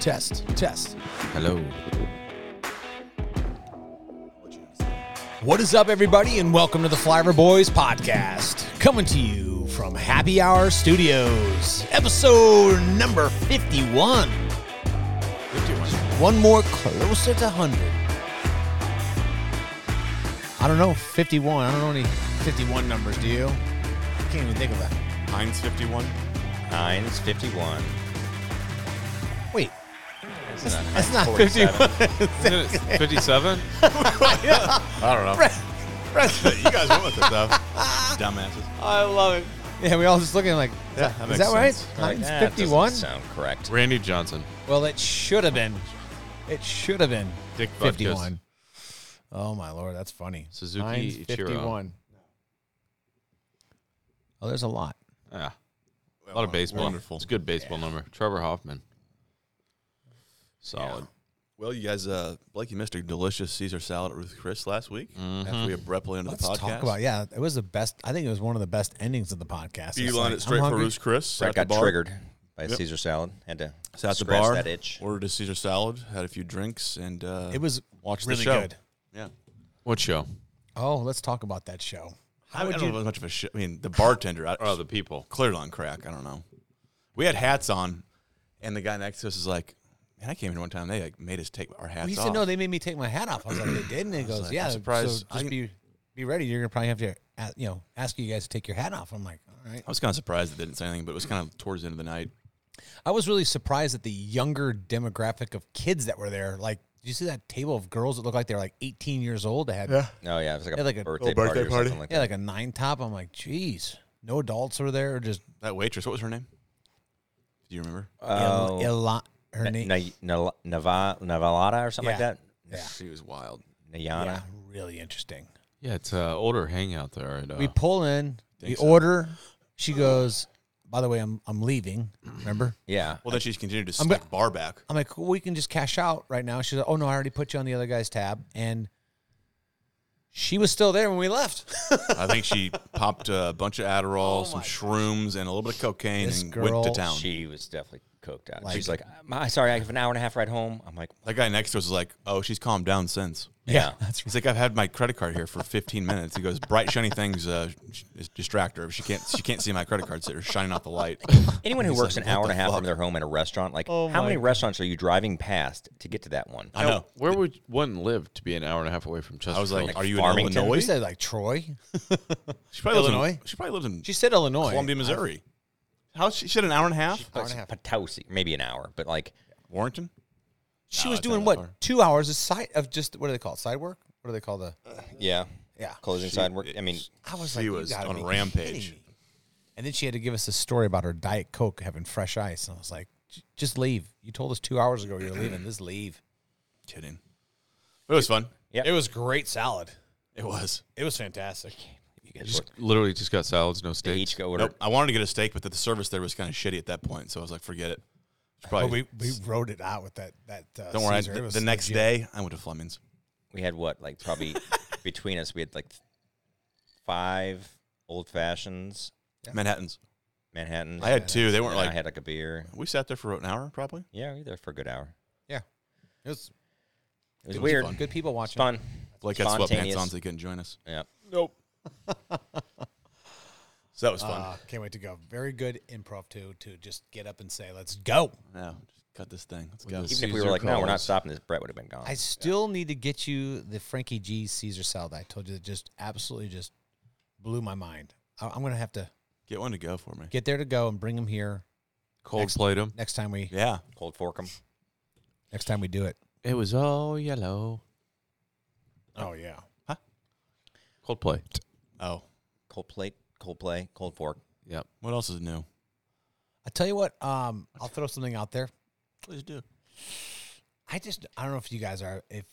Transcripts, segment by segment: Test, test. Hello. What is up, everybody, and welcome to the Flyover Boys podcast. Coming to you from Happy Hour Studios, episode number 51. One more closer to 100. I don't know, 51. I don't know any 51 numbers, do you? I can't even think of that. Heinz 51. Heinz 51. Wait, Isn't that that's not Heinz 47? 57? I don't know. Right. You guys went with it, though. Dumbasses. I love it. yeah, we all just looking like, Yeah, that is makes that right? sense. Heinz That doesn't 51? Sound correct. Randy Johnson. Well, it should have been. It should have been Dick Butkus. 51. Oh, my Lord. That's funny. Suzuki Heinz Ichiro. 51. Oh, there's a lot. Yeah. A lot of baseball. Wonderful. It's a good baseball number. Trevor Hoffman. Solid. Well, you guys, uh, Blake, you missed a delicious Caesar salad at Ruth Chris last week after we abruptly ended Mm-hmm. Let's the podcast. talk about Yeah, it was the best. I think it was one of the best endings of the podcast. You It's lined like, it straight I'm for hungry. Ruth Chris. Brett at the got bar. triggered by Yep. Caesar salad. Had to Sat at the scratch bar. that itch. Ordered a Caesar salad. Had a few drinks and uh, It was watched really the show. good. Yeah. What show? Oh, let's talk about that show. I, don't know if it was much of a show. I mean, the bartender. I, Oh, the people. clearly on crack. I don't know. We had hats on, and the guy next to us is like, "Man, I came here one time. They like made us take our hats He off." said, no, they made me take my hat off. I was like, they did? And he goes, like, yeah. I'm surprised. So I just can- be, be ready. You're going to probably have to, ask, you know, ask you guys to take your hat off. I'm like, all right. I was kind of surprised they didn't say anything, but it was kind of towards the end of the night. I was really surprised at the younger demographic of kids that were there. Like, did you see that table of girls that looked like they were like 18 years old? That had yeah, No, Oh, yeah, it was like a, Yeah, like a birthday, little party, birthday or party. something like like a nine top. I'm like, geez, no adults were there. Or just That waitress, what was her name? Do you remember? that. El- Oh, Ela- her Na- name. Na- Nava- Navalada or something Yeah. like that. yeah. She was wild. Nayana. yeah, really interesting. Yeah, it's uh, older hangout there. At, uh, We pull in, we order. She goes, by the way, I'm I'm leaving. Remember? Yeah. Well, then she's continued to I'm stick bar back. I'm like, well, we can just cash out right now. She's like, oh no, I already put you on the other guy's tab, and she was still there when we left. I think she popped a bunch of Adderall, Oh some my shrooms, and a little bit of cocaine, This and girl, went to town. She was definitely cooked out. Like- She's like, "I'm sorry, I have an hour and a half ride home. I'm like, that guy next to us was like, "Oh, she's calmed down since." yeah. that's He's like, "I've had my credit card here for 15 minutes." He goes, "Bright shiny things uh, sh- distract her. She can't. She can't see my credit cards that are shining out the light." Anyone who He's works like, an "What hour and the a half fuck?" from their home at a restaurant, like, how many restaurants are you driving past to get to that one? I know. Where would one live to be an hour and a half away from Chesterfield? I was like, "Are you in Farmington? Illinois?" We said like Troy. She probably Lives Illinois? in, she probably lives in She said Illinois. Columbia, Missouri. How she, she had an hour and a half? hour and a half. Potosi, maybe an hour, but like, Warrington. She No, was it's not doing that what far. two hours of side of just what do they call it side work? What do they call the? yeah, Yeah, closing side work. I mean, I was she like, you was gotta on be a rampage. kidding me. And then she had to give us a story about her diet coke having fresh ice, and I was like, "J- just leave. You told us two hours ago you're leaving. Just leave. Kidding. But it was fun. Yep. was great salad. It was. It was fantastic. you guys were- Literally just got salads, no they steaks. each go order. Nope. I wanted to get a steak, but the service there was kind of shitty at that point, so I was like, "Forget it." It's But probably- we, we wrote it out with that that. Uh, Don't worry. Caesar. I- It the, was the next legit. day, I went to Fleming's. We had what, like, probably between us, we had like five old fashions, Manhattan's. Manhattans. I had two. They weren't and then I like. had like a beer. We sat there for an hour, probably. Yeah, we were there for a good hour. Yeah, it was, It was, weird. Good people watching. Fun. Blake had sweatpants Spontaneous. on, so he couldn't join us. Yeah. Nope. so that was fun. Uh, can't wait to go. Very good improv too. To just get up and say, "Let's go." now, just cut this thing. Let's go. this- Even if we Caesar were like, no, we're not calls. stopping this, Brett would have been gone. I still need to get you the Frankie G Caesar salad. I told you that just absolutely just blew my mind. I, I'm gonna have to Get one to go for me. get there to go and bring them here Cold played them. next time we Yeah. Cold fork 'em. next time we do it. It was all yellow. Oh yeah, Cold play. Oh, cold plate, cold play, cold fork. Yep. what else is new? I tell you what. Um, I'll throw something out there. Please do. I just I don't know if you guys are if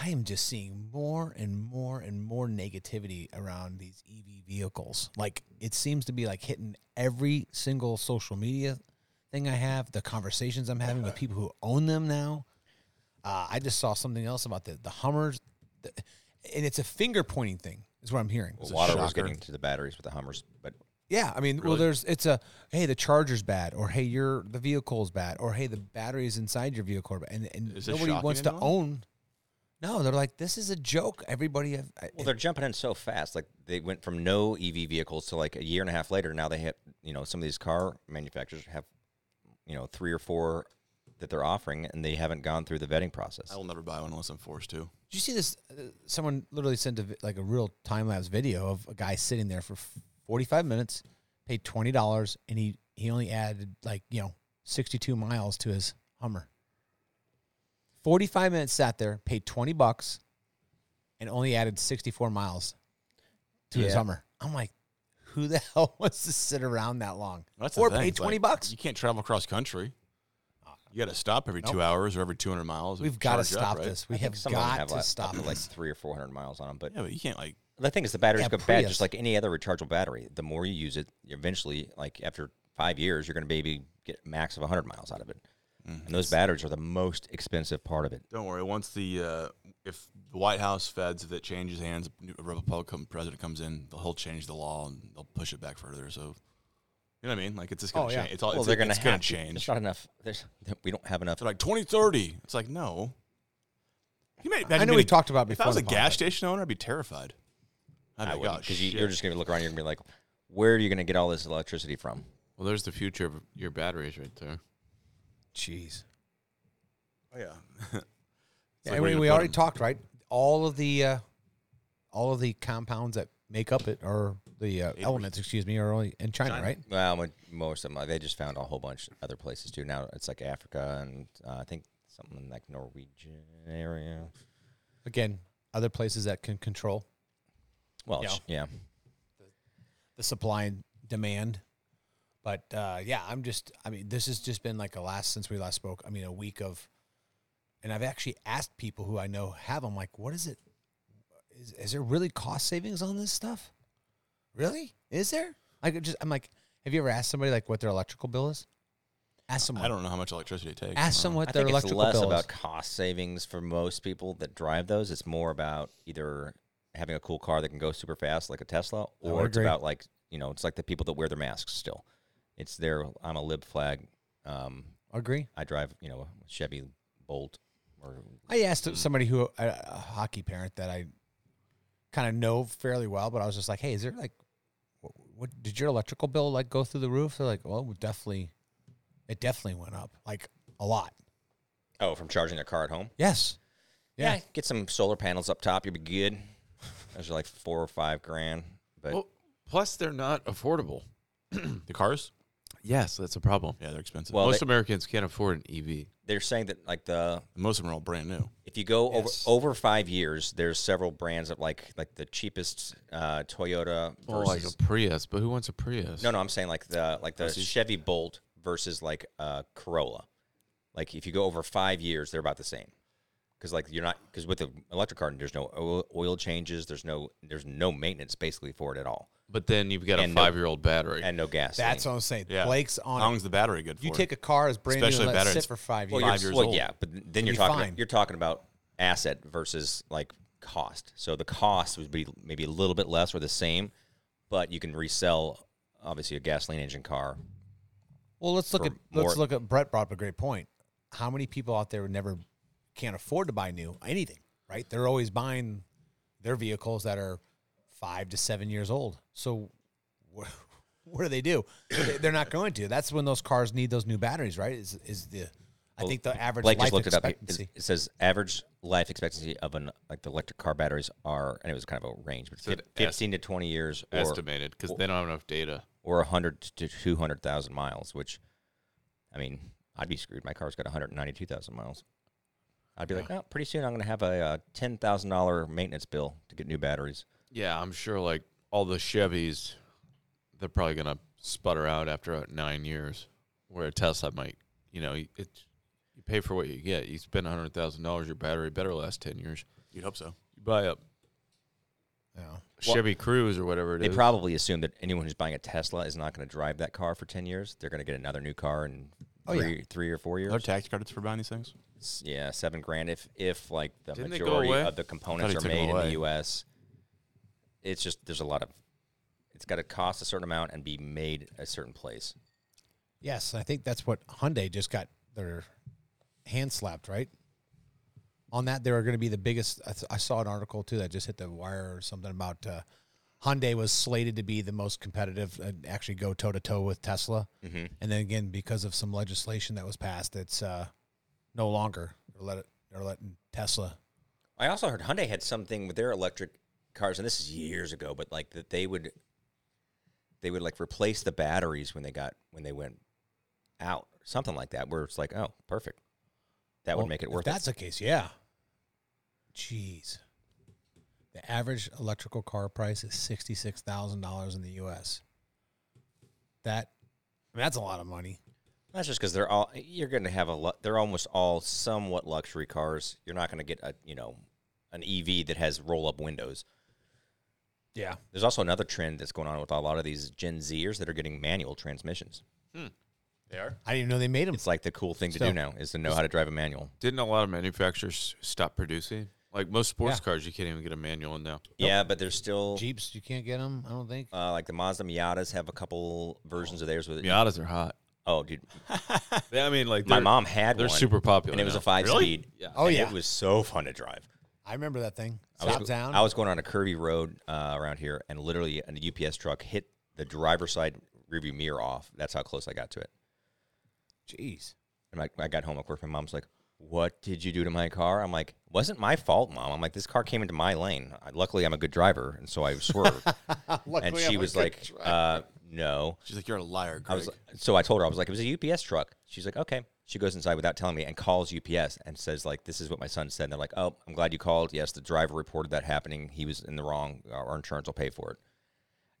I am just seeing more and more and more negativity around these EV vehicles. Like it seems to be like hitting every single social media thing I have, the conversations I'm having with people who own them now. Uh, I just saw something else about the the Hummers, the, and it's a finger pointing thing is what I'm hearing. Well, a water was shocker. getting to the batteries with the Hummers, but Yeah, I mean, well, Really? there's it's a hey the charger's bad, or hey your the vehicle's bad, or hey the batteries inside your vehicle, are bad. and and Is this nobody shocking wants to anyone? own. No, they're like this is a joke. Everybody, have, I- Well, they're jumping in so fast. Like they went from no EV vehicles to like a year and a half later. Now they have, you know, some of these car manufacturers have, you know, three or four that they're offering, and they haven't gone through the vetting process. I will never buy one unless I'm forced to. Did you see this? Uh, someone literally sent a, vi- like a real time lapse video of a guy sitting there for forty five minutes, paid twenty dollars, and he he only added like you know sixty two miles to his Hummer. Forty five minutes sat there, paid twenty bucks, and only added sixty four miles to his Yeah. Hummer. I'm like, who the hell wants to sit around that long? That's the or thing, pay it's twenty like, bucks. Ah. You can't travel cross country. You got to stop every two hours or every 200 miles. and We've got to charge up, stop right? this. We I think have some of them got have to like, stop up to, this. like three or four hundred miles on them. But Yeah, but you can't like. the thing is, the batteries Yeah, go bad Prius. just like any other rechargeable battery. The more you use it, you eventually, like after five years, you're going to maybe get a max of hundred miles out of it. And those batteries are the most expensive part of it. Don't worry. Once the uh, if the White House feds if it changes hands, a new- a Republican president comes in, they'll he'll change the law and they'll push it back further. So. You know what I mean? Like it's just gonna Oh, yeah. change. It's all Well, it's, they're going it's to have to. change. There's not enough. There's we don't have enough. They're like 2030. It's like no. You may, I know we talked about If before. I was a the gas podcast. station owner, I'd be terrified. I'd I be would like, oh, because you, shit. you're just going to look around. You're going to be like, where are you going to get all this electricity from? Well, there's the future of your batteries right there. Jeez. Oh, yeah. Yeah, like, I where mean, you gonna we put already 'em? talked, right? All of the uh, all of the compounds that make up it are the uh, elements, excuse me, are only in China, right? Well, when- most of them. uh, They just found a whole bunch other places too. Now it's like Africa and uh, I think something in, like Norwegian area. Again, other places that can control Well, sh- yeah. the supply and demand. But uh, yeah, I'm just I mean, this has just been like a last since we last spoke, I mean, a week of and I've actually asked people who I know have them like, what is it? Is, is there really cost savings on this stuff? Really? Is there? Like it just I'm like, have you ever asked somebody like what their electrical bill is? Ask someone. I don't know how much electricity it takes. Um, ask them what I their think it's electrical less bill is. about cost savings for most people that drive those. It's more about either having a cool car that can go super fast like a Tesla, would or it's agree. about like you know, it's like the people that wear their masks still. It's their I'm a lib flag. Um, Agree. I drive you know a Chevy Bolt or I asked somebody who a, a hockey parent that I kind of know fairly well, but I was just like, "Hey, is there like, what, what did your electrical bill like go through the roof?" They're like, "Well, we definitely, it definitely went up like a lot." oh from charging their car at home. Yes, Yeah. Yeah. get some solar panels up top. You'll be good. Those are like four or five grand. But Well, plus they're not affordable. The cars? Yes, that's a problem. Yeah, they're expensive. Well, Most they- Americans can't afford an E EV. they're saying that like the most of them are all brand new. if you go Yes. over over five years, there's several brands of like like the cheapest uh, Toyota versus Or Oh, like a Prius, but who wants a Prius? no no I'm saying like the like the Chevy Bolt versus like uh, Corolla. Like if you go over five years, they're about the same. Because like you're not because with the electric car, there's no oil, oil changes. There's no there's no maintenance basically for it at all, But then you've got a And no- five-year-old battery. and no gas. that's what I'm saying. Yeah. Blake's on. How it. long's the battery good for? you take a car as brand Especially new and let better, it sit it's- for five well, years. you're- five years well, old. Yeah, but then you're be talking fine. you're talking about asset versus like cost. So the cost would be maybe a little bit less or the same, but you can resell obviously a gasoline engine car. Well, let's look for at let's more- look at Brett brought up a great point. How many people out there would never can't afford to buy new anything, right? They're always buying their vehicles that are five to seven years old. So what, what do they do? They- They're not going to. That's when those cars need those new batteries, right? Is is the I think the average Blake life just looked it up. It, expectancy. it says average life expectancy of an like the electric car batteries are, and it was kind of a range, but fif- it est- fifteen to twenty years, or estimated because they don't have enough data. or hundred to two hundred thousand miles. Which, I mean, I'd be screwed. My car's got one hundred ninety-two thousand miles. I'd be like, oh, pretty soon I'm going to have a, uh ten thousand dollar maintenance bill to get new batteries. Yeah, I'm sure like all the Chevys, they're probably gonna sputter out after about nine years. Where a Tesla might, you know, it you pay for what you get. You spend a hundred thousand dollars, your battery better last ten years. You'd hope so. You buy a Yeah. Chevy Cruise or whatever it is. They probably assume that anyone who's buying a Tesla is not going to drive that car for ten years. They're going to get another new car in Oh, three, three or four Are there years. tax credits for buying these things? S- yeah, seven grand if if like the Didn't they go majority away? of the I components thought are he took 'em made in the away. U.S. It's just there's a lot of It's got to cost a certain amount and be made a certain place. Yes, I think that's what Hyundai just got their hand slapped, right? On that, they were going to be the biggest. I, th- I saw an article too that just hit the wire or something about uh, Hyundai was slated to be the most competitive and actually go toe to toe with Tesla. And then again, because of some legislation that was passed, it's uh, no longer they're let it, they're letting Tesla. I also heard Hyundai had something with their electric cars, and this is years ago, but like that they would they would like replace the batteries when they got when they went out, something like that. Where it's like, oh, perfect, that Well, would make it if worth That's it. the case, yeah. Jeez, the average electrical car price is sixty six thousand dollars in the U.S. That, I mean, that's a lot of money. That's just because they're all you're going to have a lot. They're almost all somewhat luxury cars. You're not going to get a you know an EV that has roll up windows. Yeah, There's also another trend that's going on with a lot of these Gen Zers that are getting manual transmissions. They are. I didn't even know they made them. It's like the cool thing to So- do now is to know how to drive a manual. Didn't a lot of manufacturers stop producing? Like most sports Yeah. cars, you can't even get a manual in now. Yeah, but there's still Jeeps, you can't get them. I don't think. uh, like the Mazda Miatas have a couple versions of theirs with it. Miatas are hot. Oh, dude, They- I mean, like my they're- mom had they're one, super popular and it was now. a five Really? speed. Yeah. Oh, and yeah. it was so fun to drive. I remember that thing. I was, Top down. I was going on a curvy road uh, around here, and literally a UPS truck hit the driver's side rearview mirror off. That's how close I got to it. Jeez. And I, I got home, of course, my mom's like, "What did you do to my car?" I'm like, "Wasn't my fault, mom." I'm like, "This car came into my lane. I, luckily, I'm a good driver, and so I swerved." and she was like, uh, "No." She's like, you're a liar, I Greg. was so I told her I was like, it was a UPS truck. She's like, okay. She goes inside without telling me and calls UPS and says like, this is what my son said. And they're like, oh, I'm glad you called. Yes, the driver reported that happening. He was in the wrong. Our insurance will pay for it.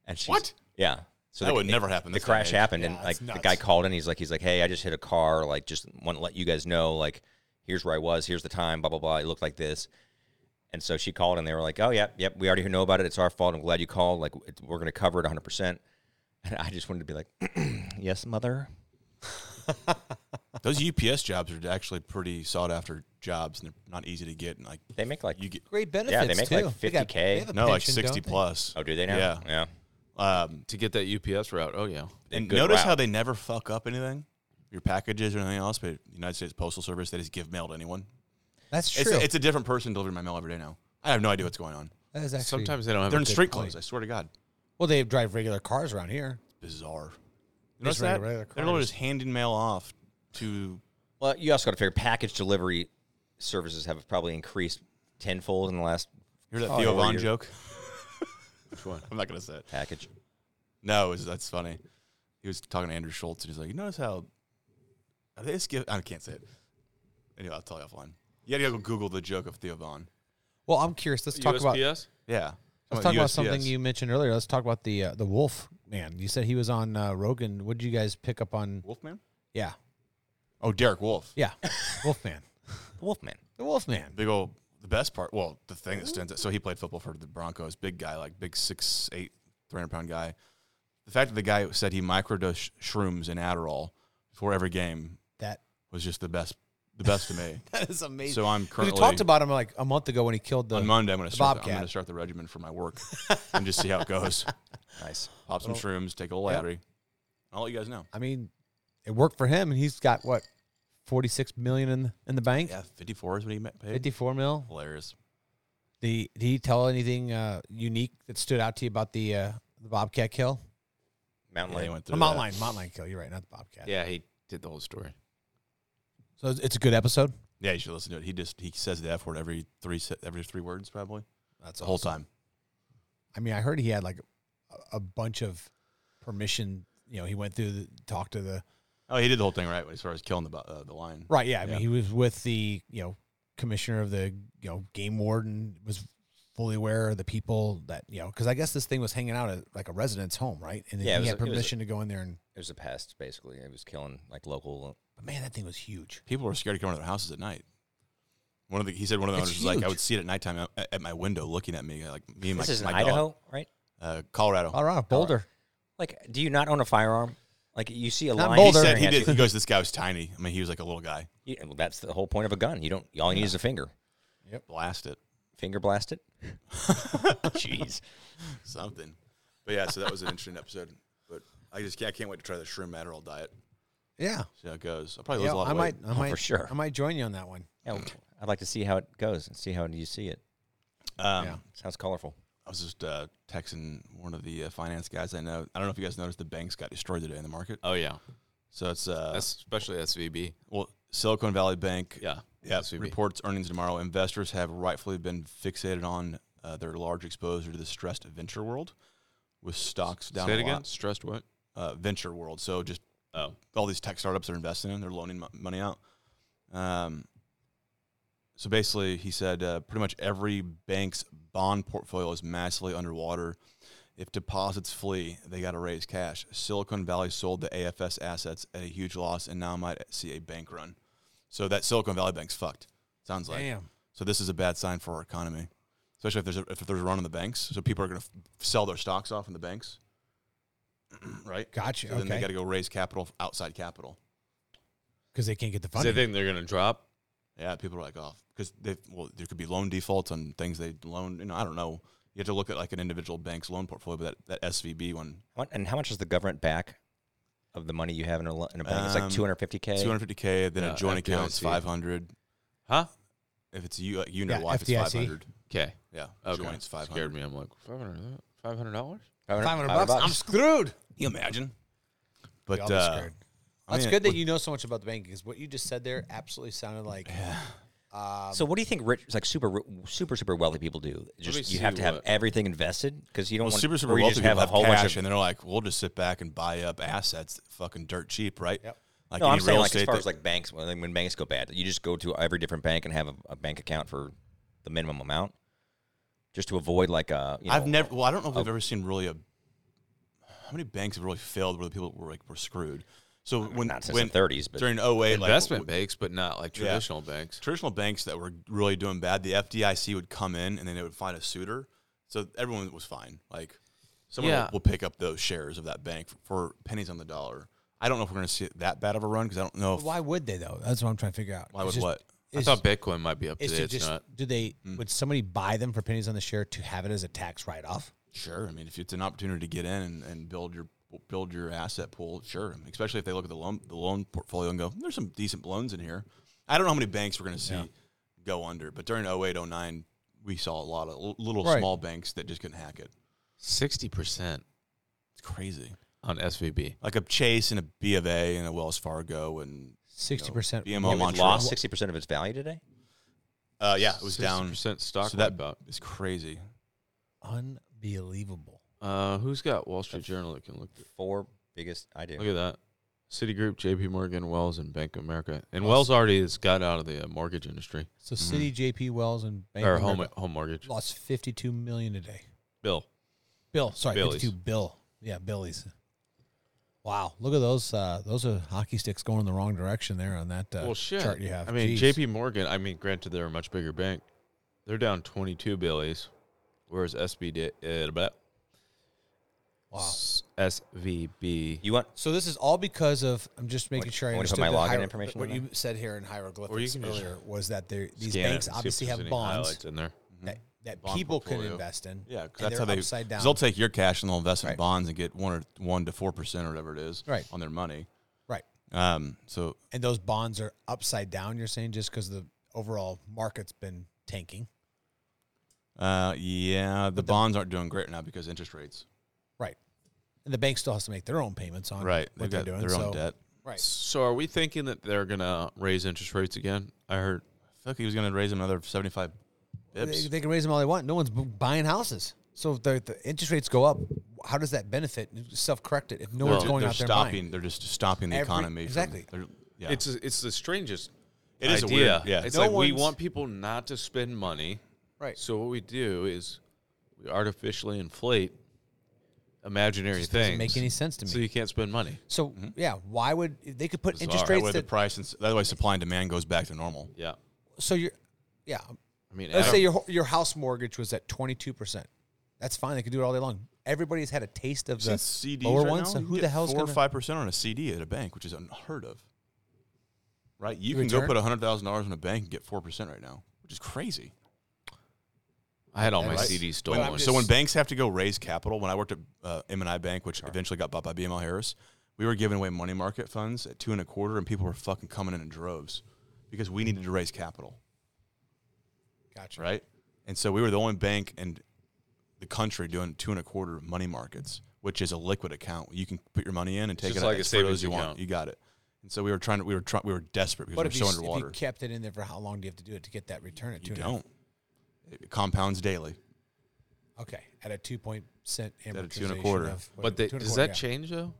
And she's, What? Yeah. So That the- would it- never happen The this eh? day and crash age. happened, and Yeah, like it's the nuts. guy called and he's like, he's like, hey, I just hit a car. Like, just want to let you guys know, like, here's where I was. Here's the time. Blah blah blah. It looked like this. And so she called, and they were like, "Oh, yep, yep, we already know about it. It's our fault. I'm glad you called. Like, it- we're going to cover it 100." percent And I just wanted to be like, "Yes, mother." Those UPS jobs are actually pretty sought after jobs, and they're not easy to get. And like, They make like you get Great benefits. Yeah, they make like too. They got- 50K. they have a no, like pension, sixty don't they? plus. Oh, do they now? Yeah. yeah. Um, to get that UPS route. Oh yeah, and good notice route. how they never fuck up anything, your packages or anything else. But the United States Postal Service, they just give mail to anyone. That's It's true. a, it's a different person delivering my mail every day now. I have no idea what's going on. that is actually, sometimes they don't have. They're a in good street point. clothes. I swear to God, well, they drive regular cars around here. bizarre. You Just notice that? regular They're literally cars. just handing mail off to. Well, you also got to figure package delivery services have probably increased tenfold in the last You hear that Oh, Theo yeah. Von Warrior. joke? Which one? I'm not gonna say it. package. No, it's that's funny. He was talking to Andrew Schultz, and he's like, "You notice how are they just give? I can't say it. Anyway, I'll tell you offline. You gotta go Google the joke of Theo Vaughn. Well, I'm curious. Let's talk about USPS? Yeah, let's talk about USPS. something you mentioned earlier. Let's talk about the uh, the wolf man. You said he was on uh, Rogan. What did you guys pick up on? Wolfman. Yeah, Oh, Derek Wolf. yeah, Wolfman, The Wolfman. the Wolfman. Big old. The best part. Well, the thing that stands out. So he played football for the Broncos. Big guy, like big six eight, three hundred pound guy. The fact that the guy said he microdosed shrooms and Adderall before every game That was just the best. The best to me. that is amazing. so I'm we currently. talked about him like a month ago when he killed the. on Monday, I'm going to the start. The, I'm Bobcat. going to start the regimen for my work and just see how it goes. Nice. Pop some shrooms, take a little Yep. battery. I'll let you guys know. I mean, it worked for him, and he's got what forty six million in in the bank, Yeah, 54 is what he ma- paid. fifty four mil. Hilarious. Did he, did he tell anything uh, unique that stood out to you about the uh, the Bobcat kill? Mountain Yeah, he Lion. went The through that. mountain lion, mountain lion kill. You're right, not the Bobcat. Yeah, he did the whole story. So it's- it's a good episode. Yeah, you should listen to it. He just he says the F word every three se- every three words probably That's the whole time. I mean, I heard he had like a, a bunch of permission. You know, he went through the talked to the Oh, he did the whole thing right as far as killing the bu- uh, the lion. right. Yeah, I Yeah. mean, he was with the you know commissioner of the you know game warden was fully aware of the people that you know because I guess this thing was hanging out at like a resident's home, right? And then Yeah, it he was had a- it was a- permission to go in there and. It was a pest, basically. It was killing like local. But man, that thing was huge. People were scared to come to their houses at night. One of the he said one of the It's owners was like I huge. would see it at nighttime out- at, at my window looking at me uh, like me and This my, is in my Idaho, dog. right? Uh, Colorado. All right, Boulder. Like, do you not own a firearm? Like, you see a Not lion. Boulder. He said staring he at did. you. He goes, this guy was tiny. I mean, he was like a little guy. You- well, that's the whole point of a gun. You don't. All you need is a finger. Blast it, Finger blast it. Jeez. something. But But yeah, so that was an interesting episode. But I just can't, I can't wait to try the shrimp Adderall diet. Yeah. See how it goes. I'll probably lose Yeah, a lot I of might, weight. I might, for sure. I might join you on that one. Yeah, well, I'd like to see how it goes and see how you see it. uh, Um, yeah. Sounds colorful. I was just uh, texting one of the uh, finance guys I know. I don't know if you guys noticed the banks got destroyed today in the market. Oh yeah, So it's uh, That's especially SVB. well, Silicon Valley Bank. Yeah, Yeah, SVB. reports earnings tomorrow. Investors have rightfully been fixated on uh, their large exposure to the stressed venture world, with stocks down Say it a again. lot. Stressed what? Uh, venture world. So just uh, Oh, all these tech startups are investing in. They're loaning mo- money out. Um, so basically, he said uh, pretty much every bank's bond portfolio is massively underwater. If deposits flee, they got to raise cash. Silicon Valley sold the AFS assets at a huge loss and now might see a bank run. So that Silicon Valley bank's fucked. Sounds like. Damn. So this is a bad sign for our economy, especially if there's a, if there's a run on the banks. So people are going to f- sell their stocks off in the banks, right? Gotcha. So then they okay. got to go raise capital outside capital. Because they can't get the 'Cause funding. they think they're gonna drop. Yeah, people are like, oh, because they well, there could be loan defaults on things they loan. You know, I don't know. You have to look at like an individual bank's loan portfolio, but that, that SVB one, What, and how much is the government back of the money you have in a, lo- in a bank? it's like Um, 250K. 250k, then Yeah, Uh, a joint account's FDIC. 500. Huh? If it's you, like, unit Yeah, life, it's FDIC. 500. Okay. Yeah, Okay. joint's 500. Scared me. I'm like five hundred. Five hundred dollars. 500, 500 500 bucks. I'm screwed. You imagine? We But all be uh, screwed. I That's mean, good that with- you know so much about the banking because what you just said there absolutely sounded like. Um, So what do you think rich, like super, ri- super, super wealthy people do? Just you see have to have what- everything invested because you don't well, want super super or you wealthy just people have a whole cash, bunch of. and they're like, we'll just sit back and buy up assets, fucking dirt cheap, right? Yep. Like no, I'm any saying real like as estate far that- as like banks, when, when banks go bad, you just go to every different bank and have a, a bank account for the minimum amount, just to avoid like a. You know, oh. I've never. Well, I don't know if we've ever seen really a. How many banks have really failed where the people were like were screwed? So when not since when the 30s, but during 08, Investment like, banks, but not like Yeah. traditional banks. traditional banks that were really doing bad, the FDIC would come in and then they would find a suitor. So everyone was fine. Like someone Yeah. will, will pick up those shares of that bank for pennies on the dollar. I don't know if we're going to see that bad of a run because I don't know if why would they though? That's what I'm trying to figure out. why It's would just- what. I it's- thought Bitcoin might be up is today. to It's just not. Hmm. do they would somebody buy them for pennies on the share to have it as a tax write off? Sure. I mean, if it's an opportunity to get in and, and build your build your asset pool, sure. Especially if they look at the loan the loan portfolio and go, there's some decent loans in here. I don't know how many banks we're going to see go under, but during 08, 09, we saw a lot of l- little Right. small banks that just couldn't hack it. Sixty percent It's crazy. on SVB. Like a Chase and a B of A and a Wells Fargo and Sixty percent. BMO It Montreal. lost 60 percent of its value today. Uh, yeah, it was down. percent stock. so that about. is crazy. Unbelievable. Uh, who's got Wall Street Journal that can look? Four biggest. I do. Look at that. Citigroup, J.P. Morgan, Wells, and Bank of America. And Wells already has got out of the uh, mortgage industry So City, JP Wells, and Bank Hmm. or of home America home mortgage. lost fifty two million today. Bill, Bill, sorry, Billies. fifty two bill. Yeah, Billy's. Wow, look at those. Uh, those are hockey sticks going the wrong direction there on that uh, well, shit. chart you have. I mean, Jeez. J.P. Morgan. I mean, granted, they're a much bigger bank. They're down twenty-two billies, whereas SBD, uh, blah, Wow. S- SVB. You want? So this is all because of. I'm just making What- sure I I wanna put understood my the login hier- information What in you said here in Or you hieroglyphics can just earlier was that there these scan it banks and see if obviously there's have any bonds highlights in there. that, that Mm-hmm. Bond people portfolio. can invest in. Yeah, and because that's they're how they upside 'cause down. They'll take your cash and they'll invest in Right. bonds and get one or one to four percent or whatever it is Right. on their money. Right. Um, so And those bonds are upside down, you're saying, just because the overall market's been tanking. uh, yeah, the bonds aren't doing great now because interest rates. Right. And the bank still has to make their own payments on they've what they're got doing. their so- own debt. Right. So, are we thinking that they're gonna raise interest rates again? I heard. I feel like he was going to raise another seventy-five bips. They, they can raise them all they want. No one's bu- buying houses. So if the, the interest rates go up, how does that benefit? Self correct it if no one's they're going they're out there and buying. stopping. They're just stopping the Every- economy. from- exactly. they're- yeah. It's a, it's the strangest. It is a idea. weird- yeah. It's No like we one's- want people not to spend money. Right. So what we do is we artificially inflate imaginary doesn't things. make any sense to me. So you can't spend money. So yeah, why would they could put interest That that rates Mm-hmm. way the that, price and s- that way supply and demand goes back to normal. Yeah. so you're yeah. I mean, Let's Adam- say your ho- your house mortgage was at twenty two percent. That's fine. They could do it all day long. Everybody's had a taste of the Since CDs lower right one. now, So you who get the hell's four or gonna? five percent on a CD at a bank, which is unheard of. Right, you can Return? go put hundred thousand dollars in a bank and get four percent right now, which is crazy. I had all my Right. CDs Well, stolen. I'm So when just- banks have to go raise capital, when I worked at uh, M&I Bank, which eventually got bought by BML Harris, we were giving away money market funds at two and a quarter, and people were fucking coming in in droves because we needed to raise capital, Gotcha. right? And so we were the only bank in the country doing two and a quarter money markets, which is a liquid account. You can put your money in and take just it out like a as far savings as you account. want. You got it. And so we were trying to we were trying we were desperate because But we if were you, so s- if underwater. you kept it in there for how long do you have to do it to get that return at two you and a half? don't. It compounds daily. Okay, at a two point cent amortization a two and a quarter. of- but they, two and a does quarter, that yeah. change though?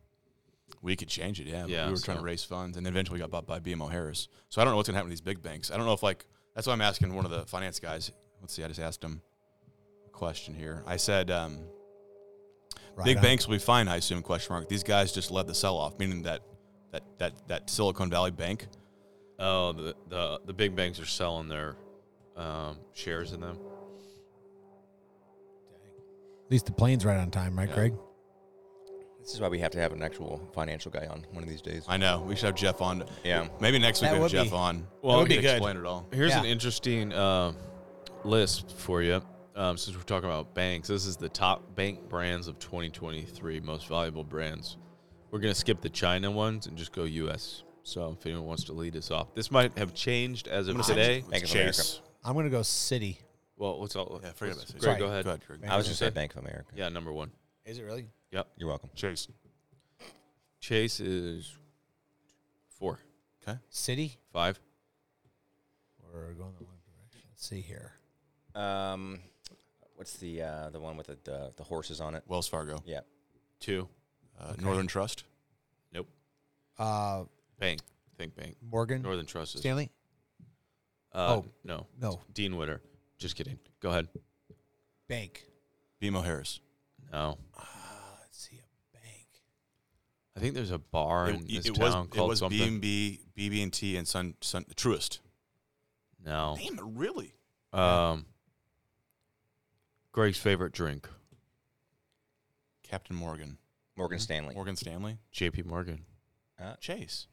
We could change it, yeah. but Yeah, we were trying so- to raise funds, and eventually got bought by BMO Harris. So I don't know what's going to happen to these big banks. I don't know if like that's why I'm asking one of the finance guys. Let's see, I just asked him a question here. I said, um, Right "Big on. banks will be fine," I assume. Question mark. These guys just led the sell off, meaning that that that that Silicon Valley bank. Oh, the the, the big banks are selling their um, shares in them. At least the plane's right on time, right, Craig? This is why we have to have an actual financial guy on one of these days. I know we should have Jeff on. Yeah. Maybe next week That we have would Jeff be- on. Well, We it'd be could good. Explain it all. Here's an Yeah. interesting uh, list for you. Um, since we're talking about banks, this is the top bank brands of 2023, most valuable brands. We're going to skip the China ones and just go U.S. So if anyone wants to lead us off, this might have changed as of today. Bank of Chase. I'm gonna go city. Well, what's all? Yeah, forget about this. Greg, Sorry, go ahead. Go ahead, Greg. I was going to say Bank of America. Yeah, number one. Is it really? Yep. You're welcome. Chase. Chase is four, City? five. We're going the wrong direction. Let's see here. Um, what's the uh, the one with the, the the horses on it? Wells Fargo. Yeah, Two. Uh, Northern Trust. Nope. Uh, Bank. Think bank. Morgan Northern Trust is. Stanley? Uh, Oh. No. No. Dean Witter. Just kidding. Go ahead. Bank. BMO Harris. No. Ah, let's see a bank. I think there's a bar in this It, it was town it called was something. B&B, BB&T, and Sun Sun Truist. no. Damn it, really? Um, Greg's favorite drink, Captain Morgan. Morgan Stanley. Mm-hmm. Morgan Stanley? J.P. Morgan. Uh, Chase.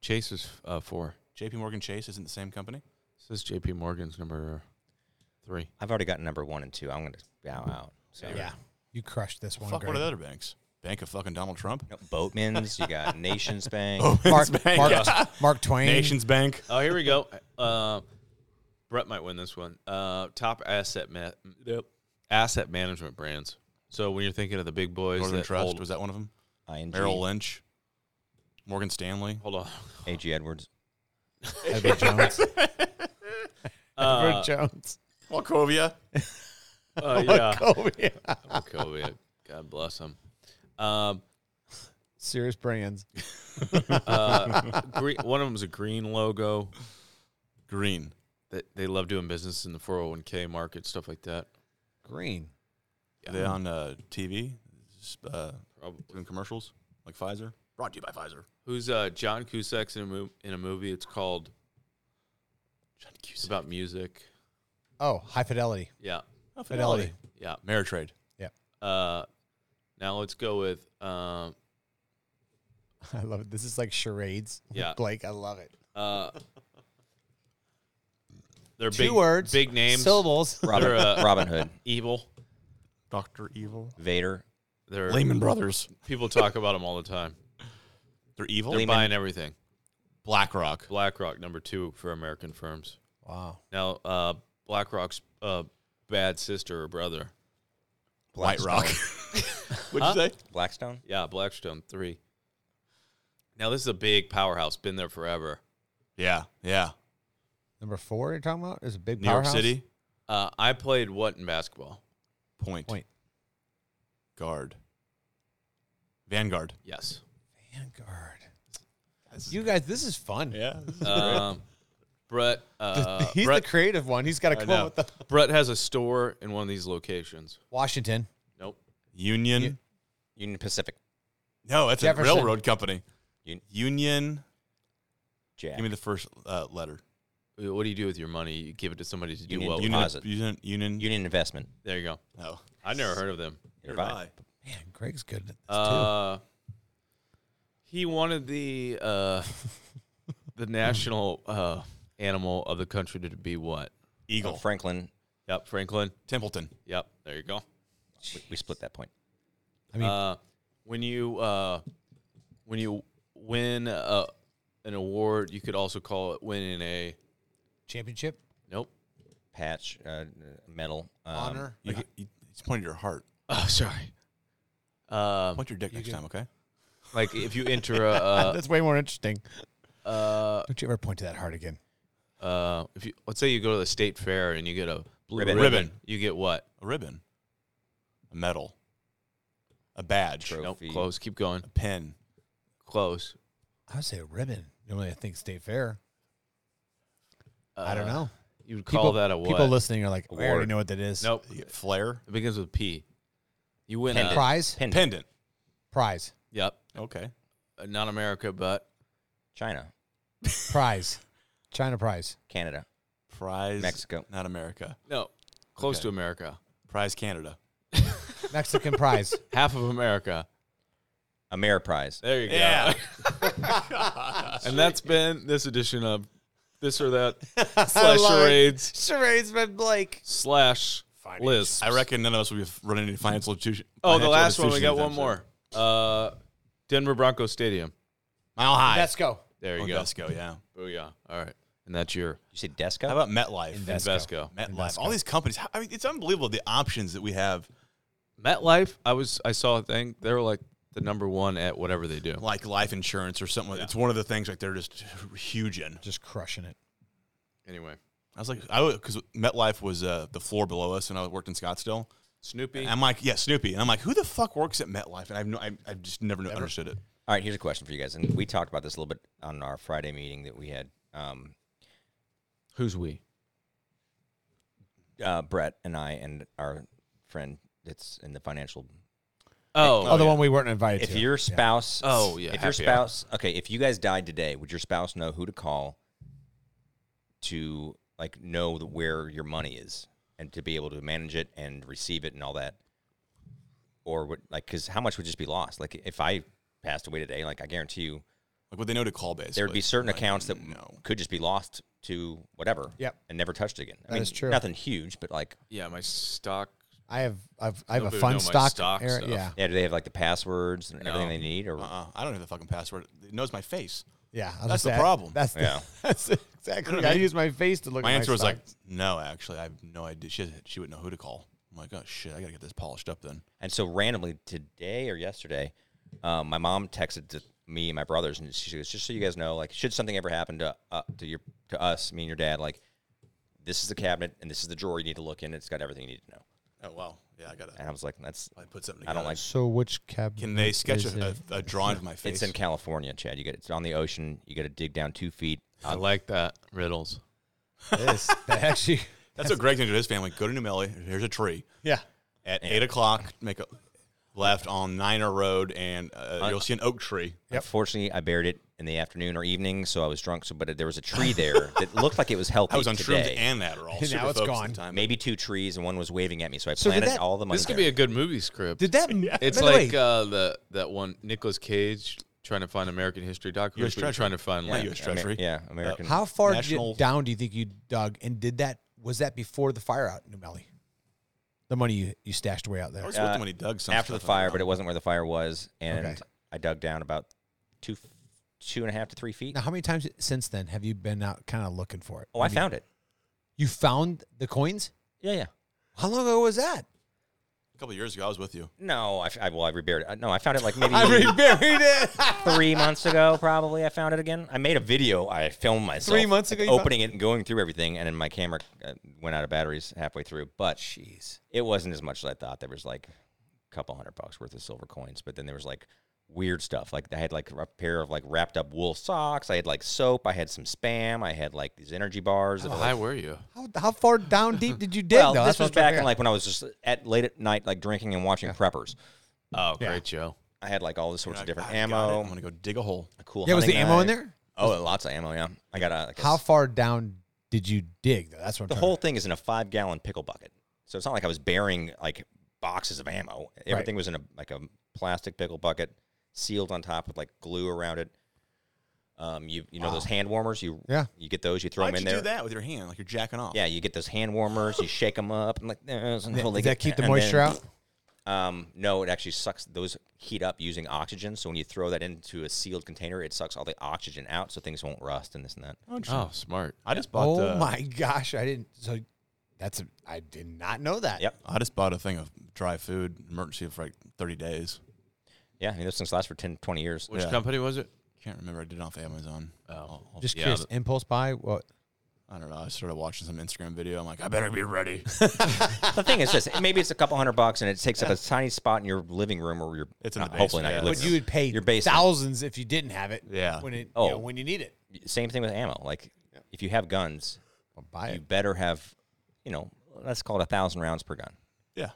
Chase is uh, four. JP Morgan Chase isn't the same company? This is J.P. Morgan's number three. I've already got number one and two. I'm going to bow out. So Yeah. You crushed this one. Fuck, Greg. what are the other banks? Bank of fucking Donald Trump? No, Boatman's. You got Nations Bank. Oh, Mark, Bank. Mark, Yeah. Mark Twain. Nations Bank. Oh, here we go. Uh, Brett might win this one. Uh, top asset ma- asset management brands. So when you're thinking of the big boys, Northern that Trust. hold- Was that one of them? ING. Merrill Lynch. Morgan Stanley. hold on. A.G. Edwards. Edward Jones. Uh, Jones. Wachovia. Oh, uh, yeah, COVID. God bless them. Um, Serious brands. uh, green, one of them's a green logo. Green. That they love doing business in the 401k market, stuff like that. Green. Are they on uh, TV? S- Uh, Probably. doing commercials? Like Pfizer? Brought to you by Pfizer. Who's uh, John Cusack's in a, mo- in a movie? It's called. John It's Cusack. about music. Oh, high fidelity. Yeah, Oh, Fidelity. yeah. Ameritrade. Uh, now let's go with. Um, I love it. This is like charades. with Yeah. Blake, I love it. uh, they're Two big words. big names. Syllables. Robin, They're, uh, Robin Hood. Evil. Dr. Evil. Vader. They're Lehman Brothers. people talk about them all the time. They're evil? They're buying everything. BlackRock. BlackRock number two for American firms. Wow. Now, uh, BlackRock's uh, bad sister or brother. White Rock. What'd you say? Blackstone. Yeah, Blackstone three. Now this is a big powerhouse. Been there forever. Yeah, yeah. Number four you're talking about is a big New York powerhouse? City. Uh, I played what in basketball? Point. Point. Guard. Vanguard. Yes. Vanguard. You guys, this is fun. Yeah. Um, Brett. Uh, He's Brett, the creative one. He's got to come know. up with the Brett has a store in one of these locations. Washington. Nope. Union. You- Union Pacific. no, that's Jefferson. a railroad company. Un- Union. Jack. Give me the first uh, letter. Uh, What do you do with your money? You give it to somebody to do Union- well. with. Union. deposit. Union. Union. Union Investment. There you go. Oh. I never heard of them. Nearby. Man, Greg's good at this too. Uh, he wanted the uh, the national uh, animal of the country to be what? Eagle. Eagle. uh, Franklin Yep, Franklin. Templeton. Yep, there you go. We, we split that point. I mean- uh, when you uh, when you win uh, an award, you could also call it winning a Championship nope. Patch, uh, medal, um, honor. You, you, just point at your heart. Oh, sorry. Uh, Point at your dick next can- time, okay? like if you enter a, That's way more interesting. a, a Don't you ever point to that heart again? uh, if you let's say you go to the state fair and you get a blue Ribbon. ribbon, Ribbon. you get what? A ribbon, a medal, a badge, Trophy. Nope. Close. Keep going. a pin. Close. I would say a ribbon. Normally, I think state fair. Uh, I don't know. You would call that a what? People listening are like, I already Award. know what that is. nope. You get flare, It begins with P. You win a Pendant. Prize? Pendant. pendant. Prize. yep. Okay. Uh, Not America, but China, Prize. China prize. Canada, Prize Mexico. not America. no, close Okay. to America. Prize Canada. Mexican prize. Half of America. Ameriprise. There you go. Yeah. and that's been this edition of this or that slash charades Charades by Blake. slash Liz. I reckon none of us would be running any financial institution. Oh, the financial last one. We institution got one this more. Uh, episode. Denver Broncos Stadium. Mile high. Let's go. There you Oh, go. Invesco, yeah. Booyah. All right. And that's your You said Desco? How about MetLife? Invesco. MetLife. All these companies. how- I mean, it's unbelievable the options that we have. MetLife. I was. I saw a thing. They were like the number one at whatever they do. like life insurance or something. It's one of the things like they're just huge in. Just crushing it. Anyway, I was like, I because MetLife was uh, the floor below us, and I worked in Scottsdale. Snoopy. And I'm like, yeah, Snoopy, and I'm like, who the fuck works at MetLife? And I've no, I, I've just never, kn- understood it. All right, here's a question for you guys. And we talked about this a little bit on our Friday meeting that we had. Um, Who's we? uh, Brett and I and our friend that's in the financial. Oh, Oh, the one we weren't invited If to. your spouse. Oh, yeah, If your happy hour. spouse. Okay, if you guys died today, would your spouse know who to call to like know the, where your money is and to be able to manage it and receive it and all that? Or would like, because how much would just be lost? Like, if I passed away today, like, I guarantee you Like, what they know to call basically. there would be certain Like, accounts that no. could just be lost to whatever Yep. and never touched again. I That mean, is true. Nothing huge, but like, yeah. My stock. I have I've, I have a Nobody would know fun my stock. stock era- stuff. Yeah, Yeah, do they have like the passwords and everything No. they need? Or Uh-uh. I don't know the fucking password. It knows my face. yeah. I was That's gonna the say, problem. That's the, Yeah. that's exactly. I, use my face to look. My at answer was stock. like, no, actually, I have no idea. She, she would know who to call. I'm like, oh shit, I gotta get this polished up then. and so randomly today or yesterday, um, my mom texted to me and my brothers, and she goes, "Just so you guys know, like, should something ever happen to uh, to your to us, me and your dad, like, this is the cabinet and this is the drawer you need to look in. It's got everything you need to know." Oh wow, yeah, I gotta. And I was like, "That's I put something. I Together. don't like." So which cab? Can they sketch a, a, a drawing of my face? It's in California, Chad. You get it's on the ocean. You got to dig down two feet. Uh, I like that riddles. this? That actually. That's what Greg did to his family. Go to New Melly. Here's a tree. Yeah. At eight o'clock, make a left on Niner Road, and uh, you'll see an oak tree. Unfortunately, I buried it in the afternoon or evening, so I was drunk. So, but there was a tree there that looked like it was healthy. I was on shrooms today. and Adderall. Now Super it's focused at gone. the time. maybe two trees, and one was waving at me. So I did planted that- all the money. This could there. be a good movie script. Did that? It's by the like way, uh, the that one Nicolas Cage trying to find American history documentary. U.S. Treasury. Trying to find yeah, like U.S. Amer- Treasury. yeah, American. how far did national- you, down do you think you dug? And did that? Was that before the fire out in New Melly? The money you, you stashed away out I Oh, there. was with him when he dug some Uh, after the stuff fire, up. but it wasn't where the fire was, and Okay. I dug down about two, two and a half to three feet. Now, how many times since then have you been out kind of looking for it? Oh, I found it. You found the coins? Yeah, yeah. How long ago was that? a couple years ago, I was with you. No, I, f- I- well, I reburied it. Uh, No, I found it like maybe reburied it. three months ago. Probably, I found it again. I made a video. I filmed myself Three months ago like, you found- opening it and going through everything, and then my camera uh, went out of batteries halfway through. But Jeez. it wasn't as much as I thought. There was like a couple hundred bucks worth of silver coins, but then there was like weird stuff. Like I had like a pair of like wrapped up wool socks. I had like soap. I had some spam. I had like these energy bars. that How were, high like- were you? How, how far down deep Oh, did you dig? well, though? this That's what was I'm trying to back figure in out. like when I was just at late at night, like drinking and watching preppers. Oh, Yeah. great show. I had like all this sorts of different I, I got it. I'm ammo. gonna go dig a hole. A cool. Yeah, was the hunting ammo in knife. there? Oh, lots of ammo. Yeah, I got a. Like a How s- far down did you dig? Though? That's what I'm the trying whole thing is in a five gallon pickle bucket. So it's not like I was burying like boxes of ammo. Everything was in a like a plastic pickle bucket, sealed on top with like glue around it. Um, you you know those hand warmers. You Yeah. You get those. You throw Why'd them in you there. do that with your hand? Like you're jacking off. Yeah, you get those hand warmers. You shake them up and like this until they Does that get- keep the and then- moisture out? Um, no, it actually sucks. Those heat up using oxygen. So when you throw that into a sealed container, it sucks all the oxygen out, so things won't rust and this and that. Oh, smart. I just bought. Oh uh, my gosh, I didn't. So that's a, I did not know that. Yep. I just bought a thing of dry food emergency for like 30 days. Yeah, I mean, those things last for 10, 20 years. Which Yeah. company was it? Can't remember. I did it off Amazon. I'll- Oh, I'll- Just Yeah, curious, th- impulse buy. What? I don't know. I started watching some Instagram video. I'm like, I better be ready. the thing is this: maybe it's a couple hundred bucks, and it takes up a tiny spot in your living room or your. It's in the uh, hopefully not basement, But your yeah. living you room. would pay Your basement. thousands if you didn't have it. Yeah. When it Oh. you know, when you need it, Same thing with ammo. Like, if you have guns, Well, buy you it. better have, you know, let's call it a thousand rounds per gun. yeah,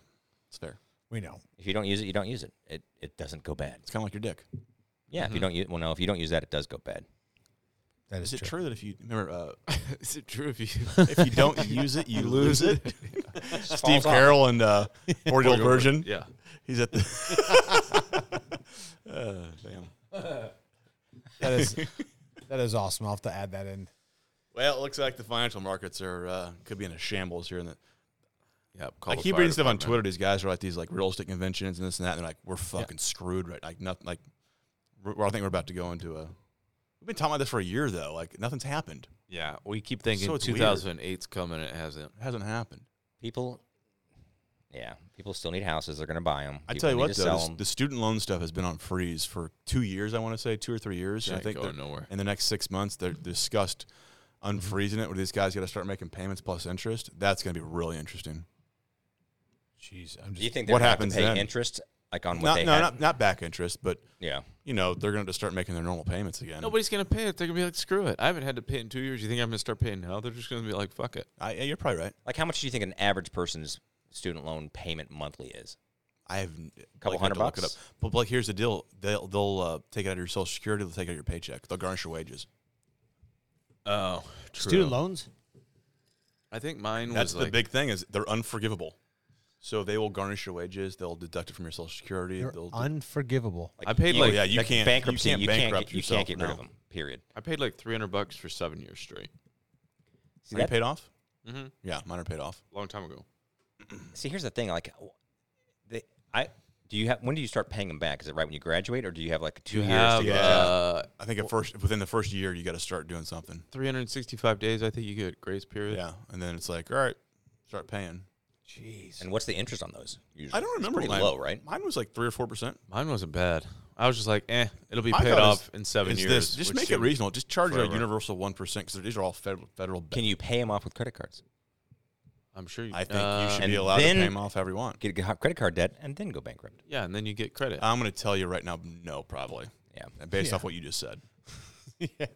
it's fair. We know. If you don't use it, you don't use it. It it doesn't go bad. It's kind of like your dick. Yeah, Mm-hmm. if you don't use well, no, if you don't use that, it does go bad. That Is it true. that if you remember, uh, Is it true if you if you don't use it, you lose it? Steve Falls off. Carroll and uh, Forty Year Old Virgin. Yeah. He's at the. uh, damn. That is that is awesome. I'll have to add that in. Well, it looks like the financial markets are uh, could be in a shambles here. In the, Yeah. I keep reading stuff on Twitter. These guys are at these like real estate conventions and this and that. And they're like, we're fucking screwed, right? Like nothing. Like, we're, I think we're about to go into a. We've been talking about this for a year though. Like nothing's happened. Yeah, we keep thinking So it's weird. 2008's coming. It hasn't. It hasn't happened. People, yeah, people still need houses. They're gonna buy them. I tell you what, though, this- the student loan stuff has been on freeze for two years. I want to say two or three years. Yeah, I think going they're- nowhere. in the next six months they're discussed unfreezing it. Where these guys got to start making payments plus interest. That's going to be really interesting. Jeez, I'm Do you just. think they're What gonna have to happens pay then? interest like on what Not, they no, had? not, not back interest, but yeah, you know they're going to just start making their normal payments again. Nobody's gonna pay it. They're gonna be like, screw it. I haven't had to pay in two years. You think I'm gonna start paying now? They're just gonna be like, fuck it. I, yeah, you're probably right. like how much do you think an average person's student loan payment monthly is? I have a Couple hundred bucks? But like, here's the deal: they'll they'll uh, take it out of your social security. They'll take it out of your paycheck. They'll garnish your wages. Oh, true. Student loans. I think mine That's was the like, big thing is they're unforgivable. So they will garnish your wages. They'll deduct it from your social security. They're they'll, unforgivable. Like I paid Oh, like yeah, you like can't bankruptcy. You can't bankrupt get, you can't yourself, get rid no. of them. Period. I paid like 300 bucks for seven years straight. See, are that, you Mm-hmm. paid off? Mhm. Yeah, mine are paid off. Long time ago. see, here's the thing. Like, w- they, I do you have when do you start paying them back? Is it right when you graduate, or do you have like two years? to yeah. get uh, I think at first within the first year you got to start doing something. 365 days. I think you get grace period. Yeah, and then it's like, all right, start paying. Jeez. And what's the interest on those? Usually, I don't remember It's mine, pretty low, right? Mine was like three or four percent. Mine wasn't bad. I was just like, eh, it'll be I paid thought off it's- in seven it's years. This. Just which make it seemed- reasonal. Just charge a forever. universal one percent because these are all federal federal. Can you pay them off with credit cards? I'm sure. You, I think uh, you should and be allowed to pay then- them off however you want. Get a credit card debt and then go bankrupt. Yeah, and then you get credit. I'm going to tell you right now, no, probably Yeah. And based Yeah. off what you just said. yeah.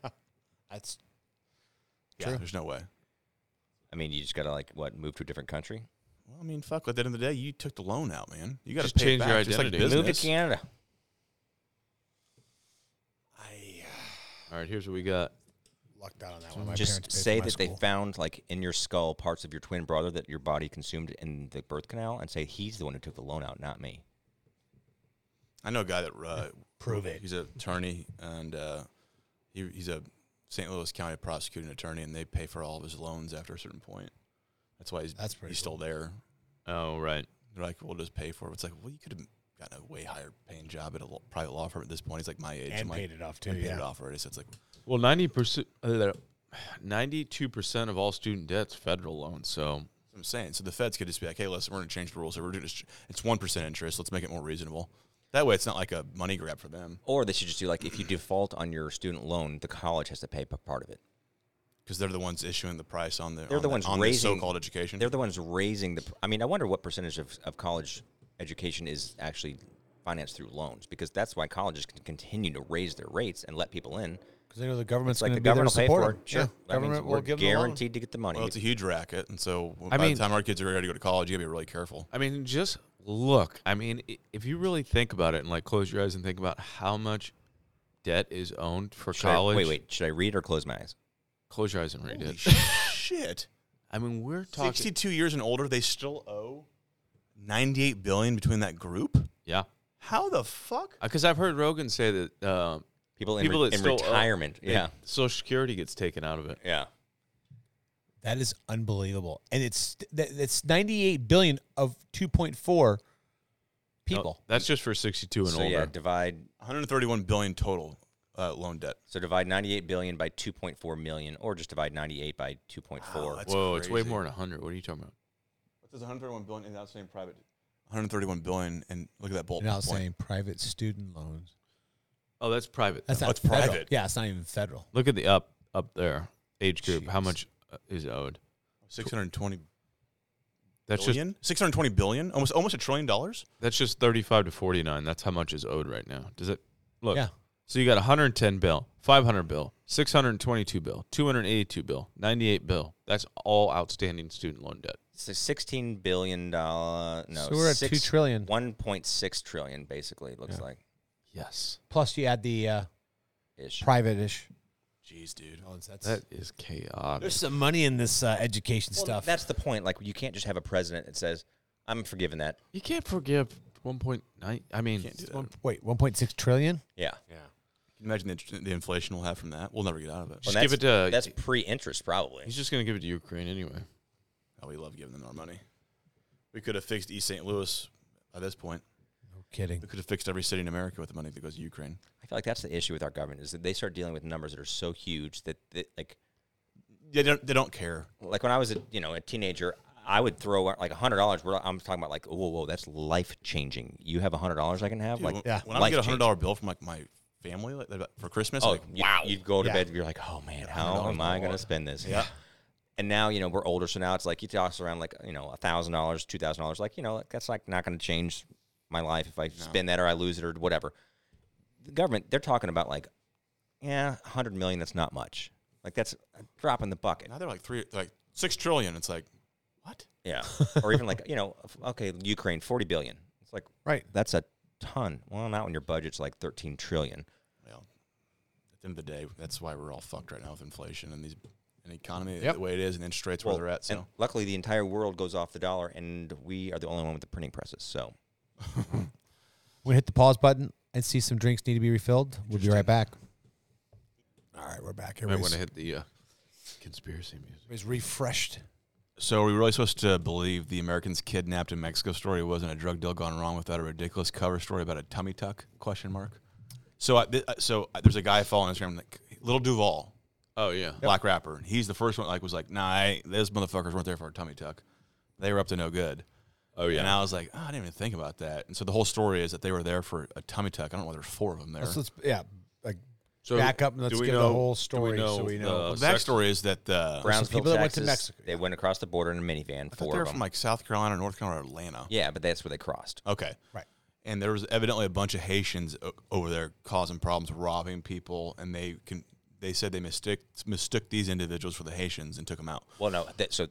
That's Yeah, True. there's no way. I mean, you just gotta like what move to a different country, Well, I mean, fuck. At the end of the day, you took the loan out, man. You got to Just pay it change your back, just like identity. Move business. move to Canada. I uh, All right, here's what we got. lucked out on that one. My just parents paid for say my that they school. found like in your skull parts of your twin brother that your body consumed in the birth canal, and say he's the one who took the loan out, not me. I know a guy that uh, Prove it. He's an attorney, and uh, he, he's a St. Louis County prosecuting attorney, and they pay for all of his loans after a certain point. That's why he's That's pretty he's still there. Oh, right. They're like, we'll just pay for it. It's like, well, you could have gotten a way higher paying job at a lo- private law firm at this point. He's like my age. and I'm like, paid it off too. and paid Yeah. it off already. So it's like, Well, 90%, uh, 92% of all student debt's federal loans. So I'm saying. So the feds could just be like, hey, listen, we're going to change the rules. So we're doing this. It's one percent interest. Let's make it more reasonable. That way, it's not like a money grab for them Or they should just do like if you default on your student loan, the college has to pay p- part of it. because they're the ones issuing the price on the They're on the ones on raising- so-called education. They're the ones raising the. pr- I mean, I wonder what percentage of, of college education is actually financed through loans because that's why colleges can continue to raise their rates and let people in. Because they know the government's It's like going the to be there to government will pay support for it. them. Sure, Yeah. That means Government will we're give them a loan. guaranteed to get the money. Well, it's a huge racket, and so by mean- the time our kids are ready to go to college, you got to be really careful. I mean, just look. I mean, i- if you really think about it and like close your eyes and think about how much debt is owned for Should I- college. wait, wait. Should I read or close my eyes? Close your eyes and read it. Shit. I mean, we're talking. 62 years and older, they still owe 98 billion between that group? Yeah. How the fuck? Because I've heard Rogan say that uh, People in, People re- that in still owe- retirement. It- yeah. Social Security gets taken out of it. Yeah. That is unbelievable, and it's that, that's ninety eight billion of two point four No, people. that's just for 62 and so older. yeah, divide 131 billion total uh, loan debt. so divide 98 billion by 2.4 million or just divide 98 by 2.4. Wow, that's Whoa, it's way crazy. more than 100. What are you talking about? What does 131 billion in outstanding private? 131 billion, and look at that bullet And I was point. saying private student loans. Oh, that's private. That's though. not That's federal. private. Yeah, it's not even federal. Look at the up up there age group. How Jeez. much uh, is owed? 620 That's just billion? 620 billion? Almost almost a trillion dollars? that's just 35 to 49. That's how much is owed right now. Does it look? Yeah. So you got 110 bill, 500 bill, 622 bill, 282 bill, 98 bill. That's all outstanding student loan debt. It's a 16 billion dollar no. So we're at six- $2 trillion. 1.6 trillion basically it looks like Yes. Plus, you add the uh, ish. private-ish Jeez, dude. loans. That's That is chaotic. there's some money in this uh, education Well, stuff. That's the point. Like you can't just have a president that says, "I'm forgiving that." You can't forgive 1.9. I mean, Can't do that. One- wait, one point six trillion. Yeah. Can you imagine the, int- the inflation we'll have from that? We'll never get out of it. Just Well, give it to. That's pre-interest probably. he's just going to give it to Ukraine anyway. Oh, we love giving them our money. We could have fixed East St. Louis by this point. No kidding. We could have fixed every city in America with the money that goes to Ukraine. I feel like that's the issue with our government is that they start dealing with numbers that are so huge that, that like They don't, they don't care. like when I was a, you know a teenager, I would throw out like hundred dollars. I'm talking about like whoa whoa that's life changing. You have hundred dollars I can have Dude, like when, yeah, when I would get a life-changing. hundred dollar bill from like my family like, that- for Christmas, oh like wow. You'd go to Yeah. bed. You're like oh man how $100 am I more. going to spend this? yeah, And now you know we're older, so now it's like you toss around like you know a thousand dollars, two thousand dollars. Like you know that's like not going to change my life if I spend that or I lose it or whatever. The government they're talking about like yeah hundred million that's not much. Like that's a drop in the bucket. now they're like three, like six trillion. It's like what? Yeah. or even like, you know, f- okay, Ukraine, 40 billion. It's like, Right. that's a ton. Well, not when your budget's like 13 trillion. Well, at the end of the day, that's why we're all fucked right now with inflation and these and the economy Yep. the way it is and interest rates Well, where they're at. And So luckily, the entire world goes off the dollar, and we are the only one with the printing presses. So, Oh, We hit the pause button and see some drinks need to be refilled. We'll be right back. All right, we're back. I want Everybody's, to hit the uh, conspiracy music. everybody's refreshed. so are we really supposed to believe the Americans kidnapped in Mexico story wasn't a drug deal gone wrong without a ridiculous cover story about a tummy tuck question mark? So I, th- uh, so I, there's a guy I follow on Instagram, like, Little Duval, Oh yeah. black rapper. He's the first one like was like, nah, I, those motherfuckers weren't there for a tummy tuck. They were up to no good. Oh yeah. And I was like, oh, I didn't even think about that. And so the whole story is that they were there for a tummy tuck. I don't know why there's four of them there. Let's, let's yeah, like So back up and let's do we give know- the whole do we story so we Uh, know. the the sex- backstory is that the Brownsville, people that went to Texas, Mexico, they went across the border in a minivan, I thought they four were of from Oh. them. like South Carolina, North Carolina, or Atlanta. yeah, but that's where they crossed. Okay. Right. And there was evidently a bunch of Haitians o- over there causing problems, robbing people, and they can. They said they mistook mistook these individuals for the Haitians and took them out. Well, no, that, so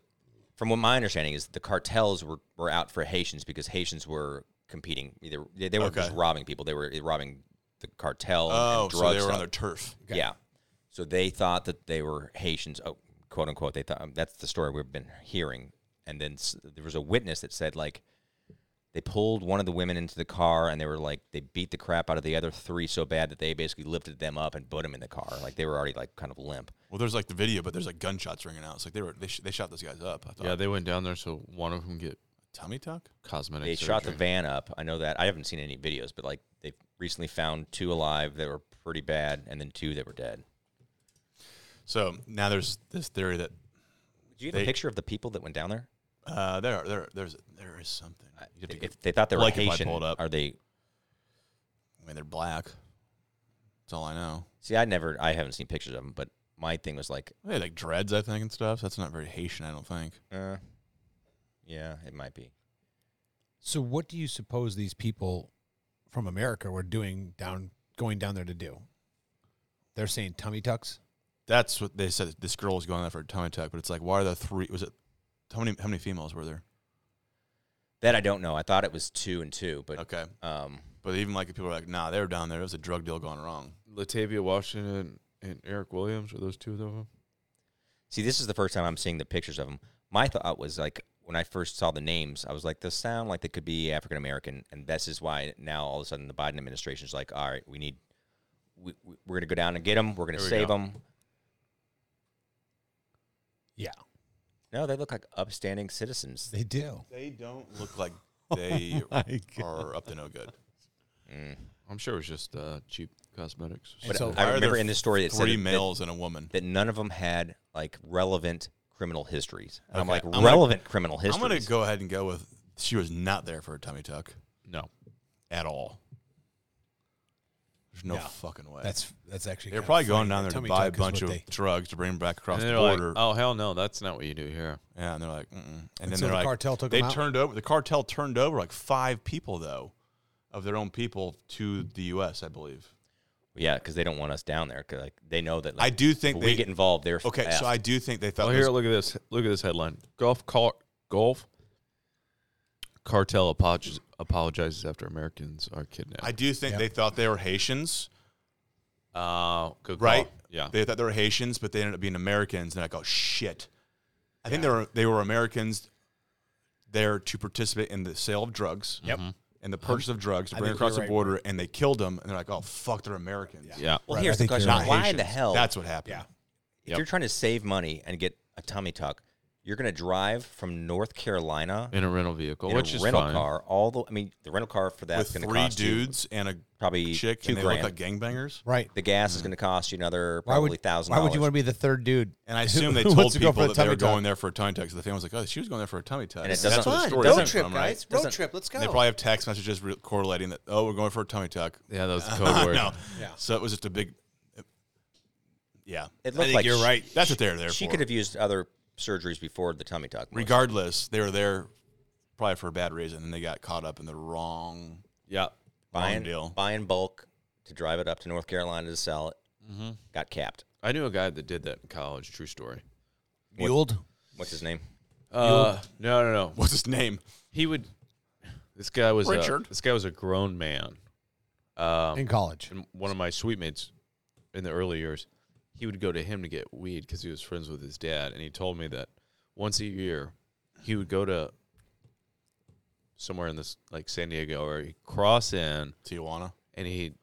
from what my understanding is, the cartels were, were out for Haitians because Haitians were competing. Either they, they weren't just Okay. robbing people; they were eh, robbing the cartel and- Oh, and so drug they were stuff. on their turf. Yeah. So they thought that they were Haitians, oh, quote unquote. They thought that's the story we've been hearing. And then s- there was a witness that said like they pulled one of the women into the car and they were like they beat the crap out of the other three so bad that they basically lifted them up and put them in the car. Like they were already like kind of limp. Well, there's like the video, but there's like gunshots ringing out. It's like they were they, sh- they shot those guys up. I thought, Yeah, they went down there so one of them get tummy tuck. cosmetic They surgery. shot the van up. I know that. I haven't seen any videos, but like they recently found two alive that were pretty bad, and then two that were dead. So now there's this theory that Do you have a They- picture of the people that went down there? uh, there are, there there's there is something. You have to get- If they thought they were Like if I Haitian, pulled up. are they? I mean, they're black. That's all I know. See, I never, I haven't seen pictures of them, but my thing was like, They had like dreads, I think, and stuff. So that's not very Haitian, I don't think. Uh, yeah, it might be. So, what do you suppose these people from America were doing down going down there to do? They're saying tummy tucks. That's what they said. This girl was going out for a tummy tuck, but it's like, why are there three? Was it how many? How many females were there? That I don't know. I thought it was two and two, but Okay, um, but even like people were like, nah, they were down there. It was a drug deal gone wrong. Latavia Washington and Eric Williams were those two of them. see, this is the first time I'm seeing the pictures of them. My thought was like when I first saw the names, I was like, "Those sound like they could be African American," and this is why now all of a sudden the Biden administration is like, "All right, we need we, we, we're going to go down and get them. We're going to Here we save go. them. Yeah, No, they look like upstanding citizens. they do. They don't look like they are up to no good. I'm sure it was just uh, cheap cosmetics. And so- I are remember there in the story it said Three that- males and a woman. that none of them had like relevant criminal histories. And I'm Okay, like I'm gonna- relevant criminal I'm histories. gonna go ahead and go with she was not there for a tummy tuck no, at all. There's no, No. fucking way. That's that's actually. they're kinda probably funny. going down there to Tummy buy a tuck is what bunch of they- drugs to bring them back across and the they're like, border. oh hell no, that's not what you do here. Yeah, and they're like, Mm-mm. and, so then they're the like, cartel took they 'em out? turned over. The cartel turned over like five people though, of their own people to the U.S. I believe. yeah, because they don't want us down there. 'cause, like they know that I like, do think if they we get involved. They're Okay, effed. so I do think they thought Oh, this- here, look at this. Look at this headline: Golf car, golf cartel apologizes, apologizes after Americans are I kidnapped. do think Yeah. they thought they were Haitians, Uh, good call. right? Yeah. They thought they were Haitians, but they ended up being Americans. And I go, shit. I think they were they were Americans there to participate in the sale of drugs. Yep. And the purchase of drugs to Mm-hmm. I bring think you're across the right. border, and they killed them. And they're like, "Oh fuck, they're Americans." yeah. well, Right, I here's the think question: you're right. Why in Haitians. the hell? That's what happened. Yeah. if Yep. you're trying to save money and get a tummy tuck, you're going to drive from North Carolina In a rental vehicle, in which a is rental fine. car all the. I mean, the rental car for that's going with to three cost you dudes and a probably chick, two and they grand. look like gangbangers. Right. the gas is going to cost you another Mm-hmm. Why probably would thousand. Why would you want to be the third dude? And I assume they Who told wants to go people for a that they tummy were tuck? going there for a tummy tuck. So the family's like, "Oh, she was going there for a tummy tuck." And it So that's doesn't- where the Fun. story Road comes trip, from, right? Doesn't- Let's And they probably have text messages re- correlating that, oh, we're going for a tummy tuck. Yeah, that was the code word. no. Yeah. So it was just a big. Yeah. It looked I think like you're she- right. That's what they're there She for. could have used other surgeries before the tummy tuck. most- Regardless, they were there probably for a bad reason, and they got caught up in the wrong. Yeah. buying deal. buying bulk to drive it up to North Carolina to sell it. Mm-hmm. Got capped. I knew a guy that did that in college. True story. Muled. What's his name? Uh, no, no, no. What's his name? He would. This guy was Richard. A, this guy was a grown man. Um, in college. and one of my sweet mates in the early years, he would go to him to get weed because he was friends with his dad, and he told me that once a year he would go to somewhere in this like San Diego or he'd cross in Tijuana. and he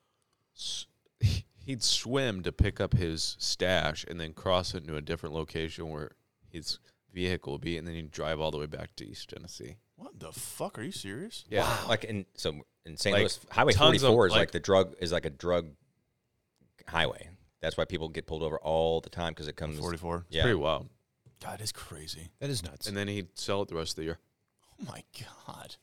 he'd swim to pick up his stash and then cross it into a different location where his vehicle would be, and then he'd drive all the way back to East Tennessee. What the fuck? Are you serious? Yeah. Like in so in St. Like, Louis, Highway tons Forty of, Four is like, like- the drug is like a drug highway. That's why people get pulled over all the time because it comes. 44. Yeah, Pretty wild. God, that is crazy. That is nuts. And then he'd sell it the rest of the year. Oh, my God.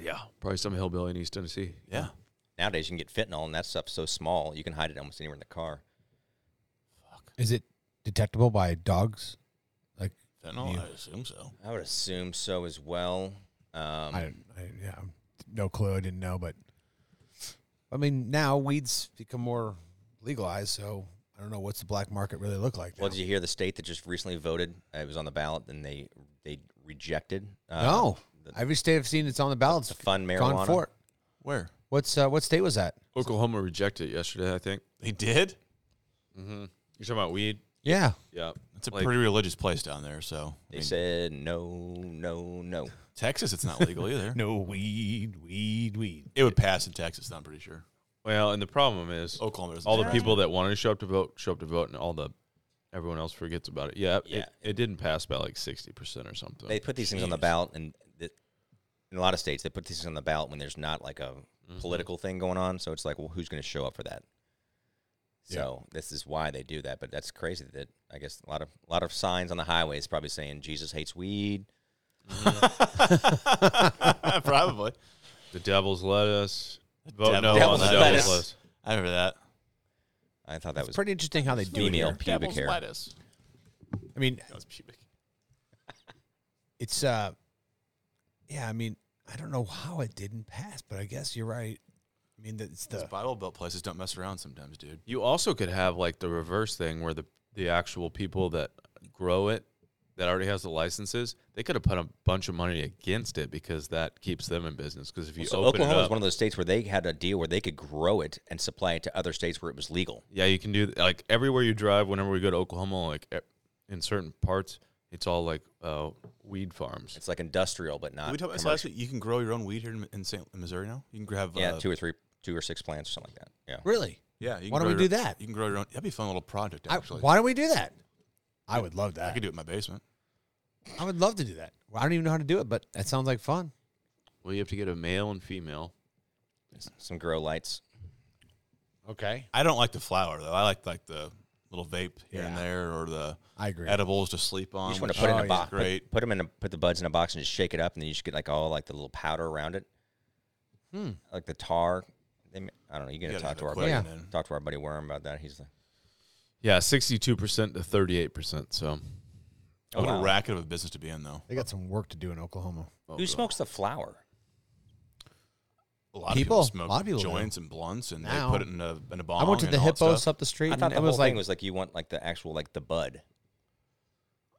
Yeah. Probably some hillbilly in East Tennessee. Yeah. nowadays you can get fentanyl and that stuff's so small you can hide it almost anywhere in the car. Is it detectable by dogs? Like Fentanyl? Yeah. I assume so. I would assume so as well. Um, Mm. I, I yeah, I'm- no clue. I didn't know, but I mean, now weeds become more legalized, so I don't know what's the black market really look like. well, now. did you hear the state that just recently voted? uh, It was on the ballot, and they they rejected. Uh, no, the, every state I've seen it's on the ballots. the fun marijuana. Gone for it. Where? What's uh, what state was that? Oklahoma rejected it yesterday, I think. They did? You're talking about weed? Yeah, Yeah. It's a Like- pretty religious place down there. So, I They mean, said no, no, no. Texas, it's not legal either. no weed, weed, weed. It would pass in Texas, though, I'm pretty sure. Well, and the problem is Oklahoma doesn't all the pass. people that wanted to show up to vote show up to vote, and all the everyone else forgets about it. Yeah, Yeah. It, it didn't pass by like sixty percent or something. They put these things on the ballot, and th- in a lot of states, they put these things on the ballot when there's not like a Mm-hmm. political thing going on. So it's like, well, who's going to show up for that? Yeah. So this is why they do that. But that's crazy that I guess a lot of a lot of signs on the highways probably saying Jesus hates weed. Probably. the devil's lettuce. Vote no devil's on the lettuce. devil's lettuce. I remember that. I thought that It's was pretty interesting how they do E it female here. pubic hair. lettuce. I mean, That was pubic. it's uh, yeah. I mean, I don't know how it didn't pass, but I guess you're right. I mean, that's Those the Bible Belt places don't mess around sometimes, dude. You also could have like the reverse thing where the the actual people that grow it that already has the licenses, they could have put a bunch of money against it because that keeps them in business. Because if you so open Oklahoma it was up, one of those states where they had a deal where they could grow it and supply it to other states where it was legal. yeah, you can do like everywhere you drive. Whenever we go to Oklahoma, like e- in certain parts, it's all like uh, weed farms. It's like industrial, but not. we talked about this commercial. last week. You can grow your own weed here in, in St. Missouri now. You can grab. yeah, uh, two or three, two or six plants or something like that. Yeah. really Yeah. You Why don't can grow we your- do that? You can grow your own. That'd be a fun little project, I, actually. I, why don't we do that? I would love that. could do it in my basement. I would love to do that. Well, I don't even know how to do it, but that sounds like fun. Well, you have to get a male and female. Some grow lights. Okay, I don't like the flower though. I like like the little vape here and Yeah. there, or the I agree. edibles to sleep You on. just want to which put it oh, in a yeah. box. Great. Put, put 'em in. A, put the buds in a box and just shake it up, and then you just get like all like the little powder around it. Hmm. Like the tar. They, ma- I don't know. You're you gonna gotta talk to have our buddy, it quick Yeah. and then- talk to our buddy Worm about that. He's like, Yeah, sixty-two percent to thirty-eight percent. So, oh, What wow. a racket of a business to be in though. They got some work to do in Oklahoma. oh, who God. smokes the flower? A lot People- of people smoke a lot of people do. joints and blunts, and Now. they put it in a in a bomb. I went to and the all that hippos stuff. up the street. I and thought the it whole was like thing was like you want like the actual like the bud.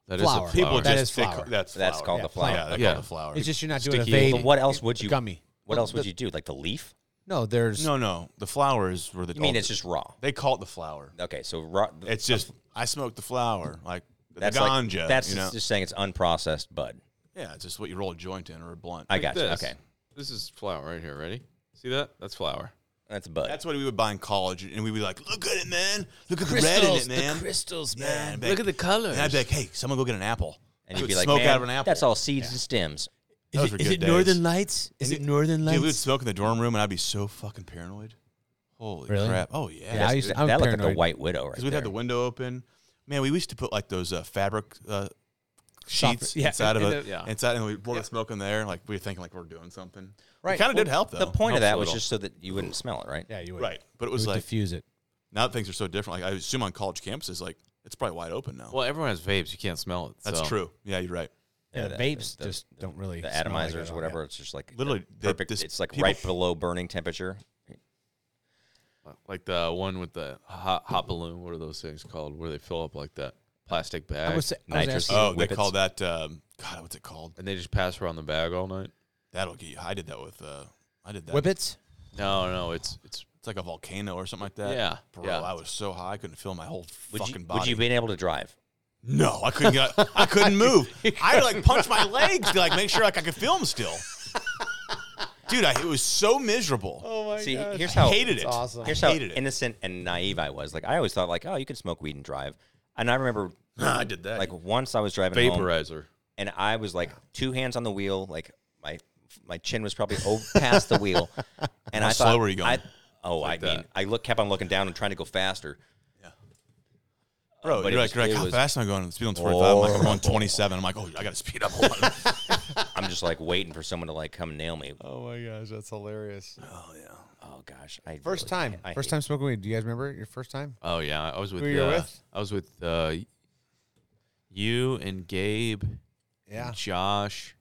That is Flower. a flower. People That just is they ca- flower. that's That's flower. called Yeah, the flower. Yeah, they Yeah. call it a flower. it's just you're not doing Sticky. a vape. But what else would you? gummy? What Well, else would the- you do? Like the leaf? No, there's no, no. The flowers were the. You mean it's just raw? They call it the flower. Okay, so raw. It's just I smoked the flower like that's the like- ganja. that's you know? just saying it's unprocessed bud. yeah. It's just what you roll a joint in or a blunt. I got you. This. Okay, This is flower right here. Ready? See that? That's flower. that's bud. That's what we would buy in college, and we'd be like, "Look at it, man! Look at the red in it, man! crystals, Yeah, and I'd be like- the color. And I'd be like, "Hey, someone go get an apple." and you'd We would be like, "Smoke man, out of an apple." that's all seeds and stems. Those Is were it, is good it days. Northern Lights? Is And it Northern Dude, we would Lights? smoke in the dorm room, and I'd be so fucking paranoid. Holy Really? crap! Oh yeah, Yeah, I used to. I'm that looked like paranoid. the White Widow, right? because we'd have the there. window open. Man, we used to put like those uh, fabric uh, sheets yeah, inside of in it, the- yeah. inside, and we rolled the smoke in there. Like we were thinking, like we are doing something. Right. It kind of did Well, help though. The point of Helps a that was little. just so that you wouldn't smell it, right? Yeah, you would. right? But it It was would like diffuse it. now that things are so different. Like I assume on college campuses, like it's probably wide open now. well, everyone has vapes. You can't smell it. That's so- true. Yeah, you're right. Yeah, Yeah, the the- vapes the- just don't really. The smell like atomizers it or all. whatever. It's just like Literally, they- perfect. this- it's like people- right below burning temperature. Like the one with the hot, hot balloon. What are those things called? Where they fill up like that plastic bag, I was, I was nitrous. asking, Oh, they Whippets. call that um, God. What's it called? and they just pass around the bag all night. That'll get you. I did that with. Uh, I did that. whippets. No, no, it's it's It's like a volcano or something like that. Yeah, bro. yeah. I was so high, I couldn't feel my whole Would fucking you, body. Would you been able to drive? No, I couldn't. Get, I couldn't move. I like punched my legs to like make sure like I could film still. Dude, I, it was so miserable. Oh my See, here's how hated it. awesome. Here's how hated it. innocent and naive I was. Like I always thought, like, oh, you could smoke weed and drive. And I remember, I did that. like, once I was driving home, vaporizer. and I was like two hands on the wheel, like my my chin was probably over past the wheel, and I thought, slow were you going? I, oh, I mean, that. I look kept on looking down and trying to go faster. bro, but it you're like, was- you're like it how was fast am I going? Speed on 45. I'm like, I'm going 27. I'm like, oh, I gotta speed up. Hold on. I'm just like waiting for someone to like come nail me. Oh my gosh, that's hilarious. oh yeah. Oh gosh, I First really- time. I First hate- time smoking weed. Do you guys remember your first time? Oh yeah, I was with. Who you were uh, with? I was with uh, you and Gabe, Yeah. and Josh,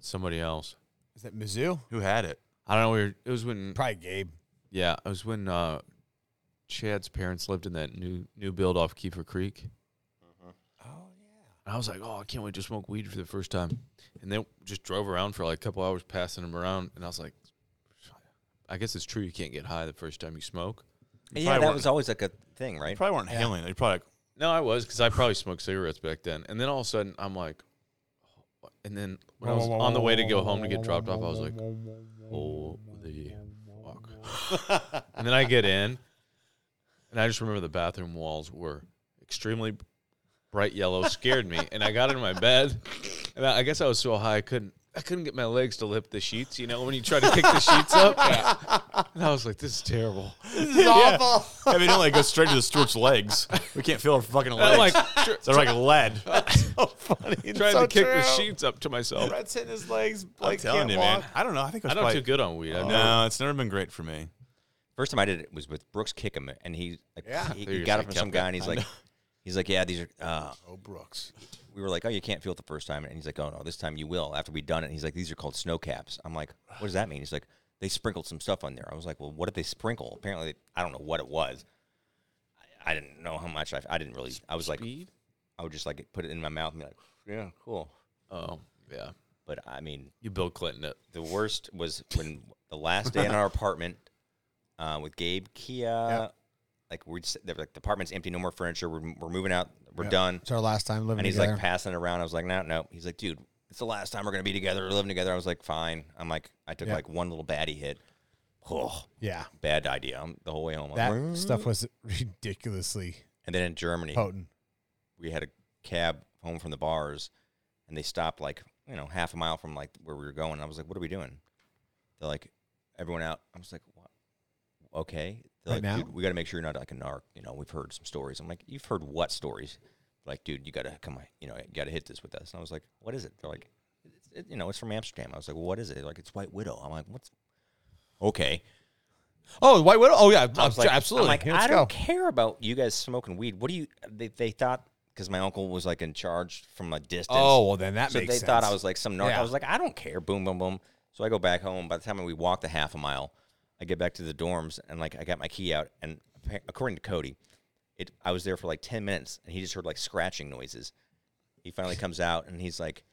somebody else. Is that Mizzou? Who had it? I don't know. We were, it was when Probably Gabe. yeah, it was when uh, Chad's parents lived in that new new build off Kiefer Creek. Oh And I was like, oh, I can't wait to smoke weed for the first time. And then just drove around for like a couple hours, passing them around, and I was like, I guess it's true. You can't get high the first time you smoke. Yeah, Probably that weren't- was always like a thing, right? You probably weren't Yeah. hailing. it. You probably like, No, I was because I probably smoked cigarettes back then. And then all of a sudden, I'm like, "Oh," and then when I was on the way to go home to get dropped off, I was like, holy fuck. and then I get in, and I just remember the bathroom walls were extremely bright yellow, scared me. And I got into my bed, and I, I guess I was so high I couldn't. I couldn't get my legs to lift the sheets, you know, when you try to kick the sheets up. And I was like, this is terrible. awful. I mean, it like goes straight to the Stewart's legs. We can't feel our fucking I'm legs. like, They're like lead. trying to kick the sheets up to myself. Brett's hitting his legs. I'm Blake telling can't you, walk. man. I don't know. I think I was I don't probably, do good on weed. I know. No, it's never been great for me. First time I did it was with Brooks Kickham, and he like he, They were he just got like it from some kept guy, it. and he's like, he's like, yeah, these are. Uh, Oh, Brooks. we were like, oh, you can't feel it the first time, and he's like, oh no, this time you will. After we done it, he's like, these are called snow caps. I'm like, what does that mean? He's like, they sprinkled some stuff on there. I was like, well, what did they sprinkle? Apparently, they- I don't know what it was. I, I didn't know how much. I, I didn't really. I was like, Speed? I would just like put it in my mouth and be like, yeah, cool. Oh, yeah. But I mean, You Bill Clinton it. the worst was when the last day in our apartment uh, with Gabe Kia. Like we're just, they were like the apartment's empty, no more furniture. We're, we're moving out. We're done. It's our last time living And he's together. like passing it around. I was like, no, no. He's like, dude, it's the last time we're gonna be together, we're living together. I was like, fine. I'm like, I took Yeah. like one little baddie hit, oh, Yeah, bad idea. I'm, the whole way home. I'm that like, stuff was ridiculously and then in Germany, potent. we had a cab home from the bars, and they stopped like you know half a mile from like where we were going. I was like, "What are we doing?" They're like, "Everyone out." I was like, "What?" Okay. They're Right like, now? "Dude, we got to make sure you're not like a narc. You know, we've heard some stories. I'm like, "You've heard what stories?" Like, dude, you got to come. on, You know, you got to hit this with us. And I was like, "What is it?" They're like, it's, it, "You know, it's from Amsterdam." I was like, well, "What is it?" They're like, "It's White Widow." I'm like, "What's?" Okay. Oh, White Widow. Oh yeah, I was like, absolutely. I'm like, "Ah." Here, I let's don't go." care about you guys smoking weed. What do you? They, they thought because my uncle was like in charge from a distance. Oh well, then that so makes they sense. thought I was like some narc. I Yeah. was like, I don't care. Boom, boom, boom. So I go back home. By the time we walked a half a mile, I get back to the dorms and like I got my key out. And appa- according to Cody, it I was there for like ten minutes, and he just heard like scratching noises. He finally comes out and he's like,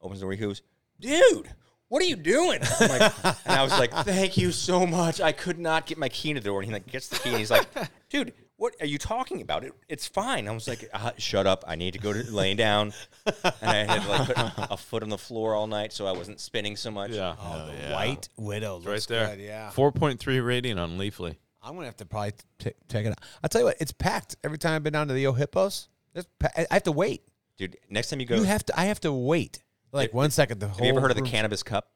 opens the door. He goes, "Dude, what are you doing?" I'm like, and I was like, "Thank you so much. I could not get my key in the door." And he like gets the key and he's like, "Dude, what are you talking about? It, it's fine." I was like, uh, "Shut up. I need to go to laying down." And I had like put a foot on the floor all night, so I wasn't spinning so much. yeah, Oh, the White Widow looks right there. good, yeah, four point three rating on Leafly. I'm gonna have to probably t- check it out. I'll tell you what, it's packed. Every time I've been down to the Ohippos, it's pa- I I have to wait. dude. Next time you go, You have to. I have to wait. Like one second. The Have whole you ever heard of the room- cannabis cup?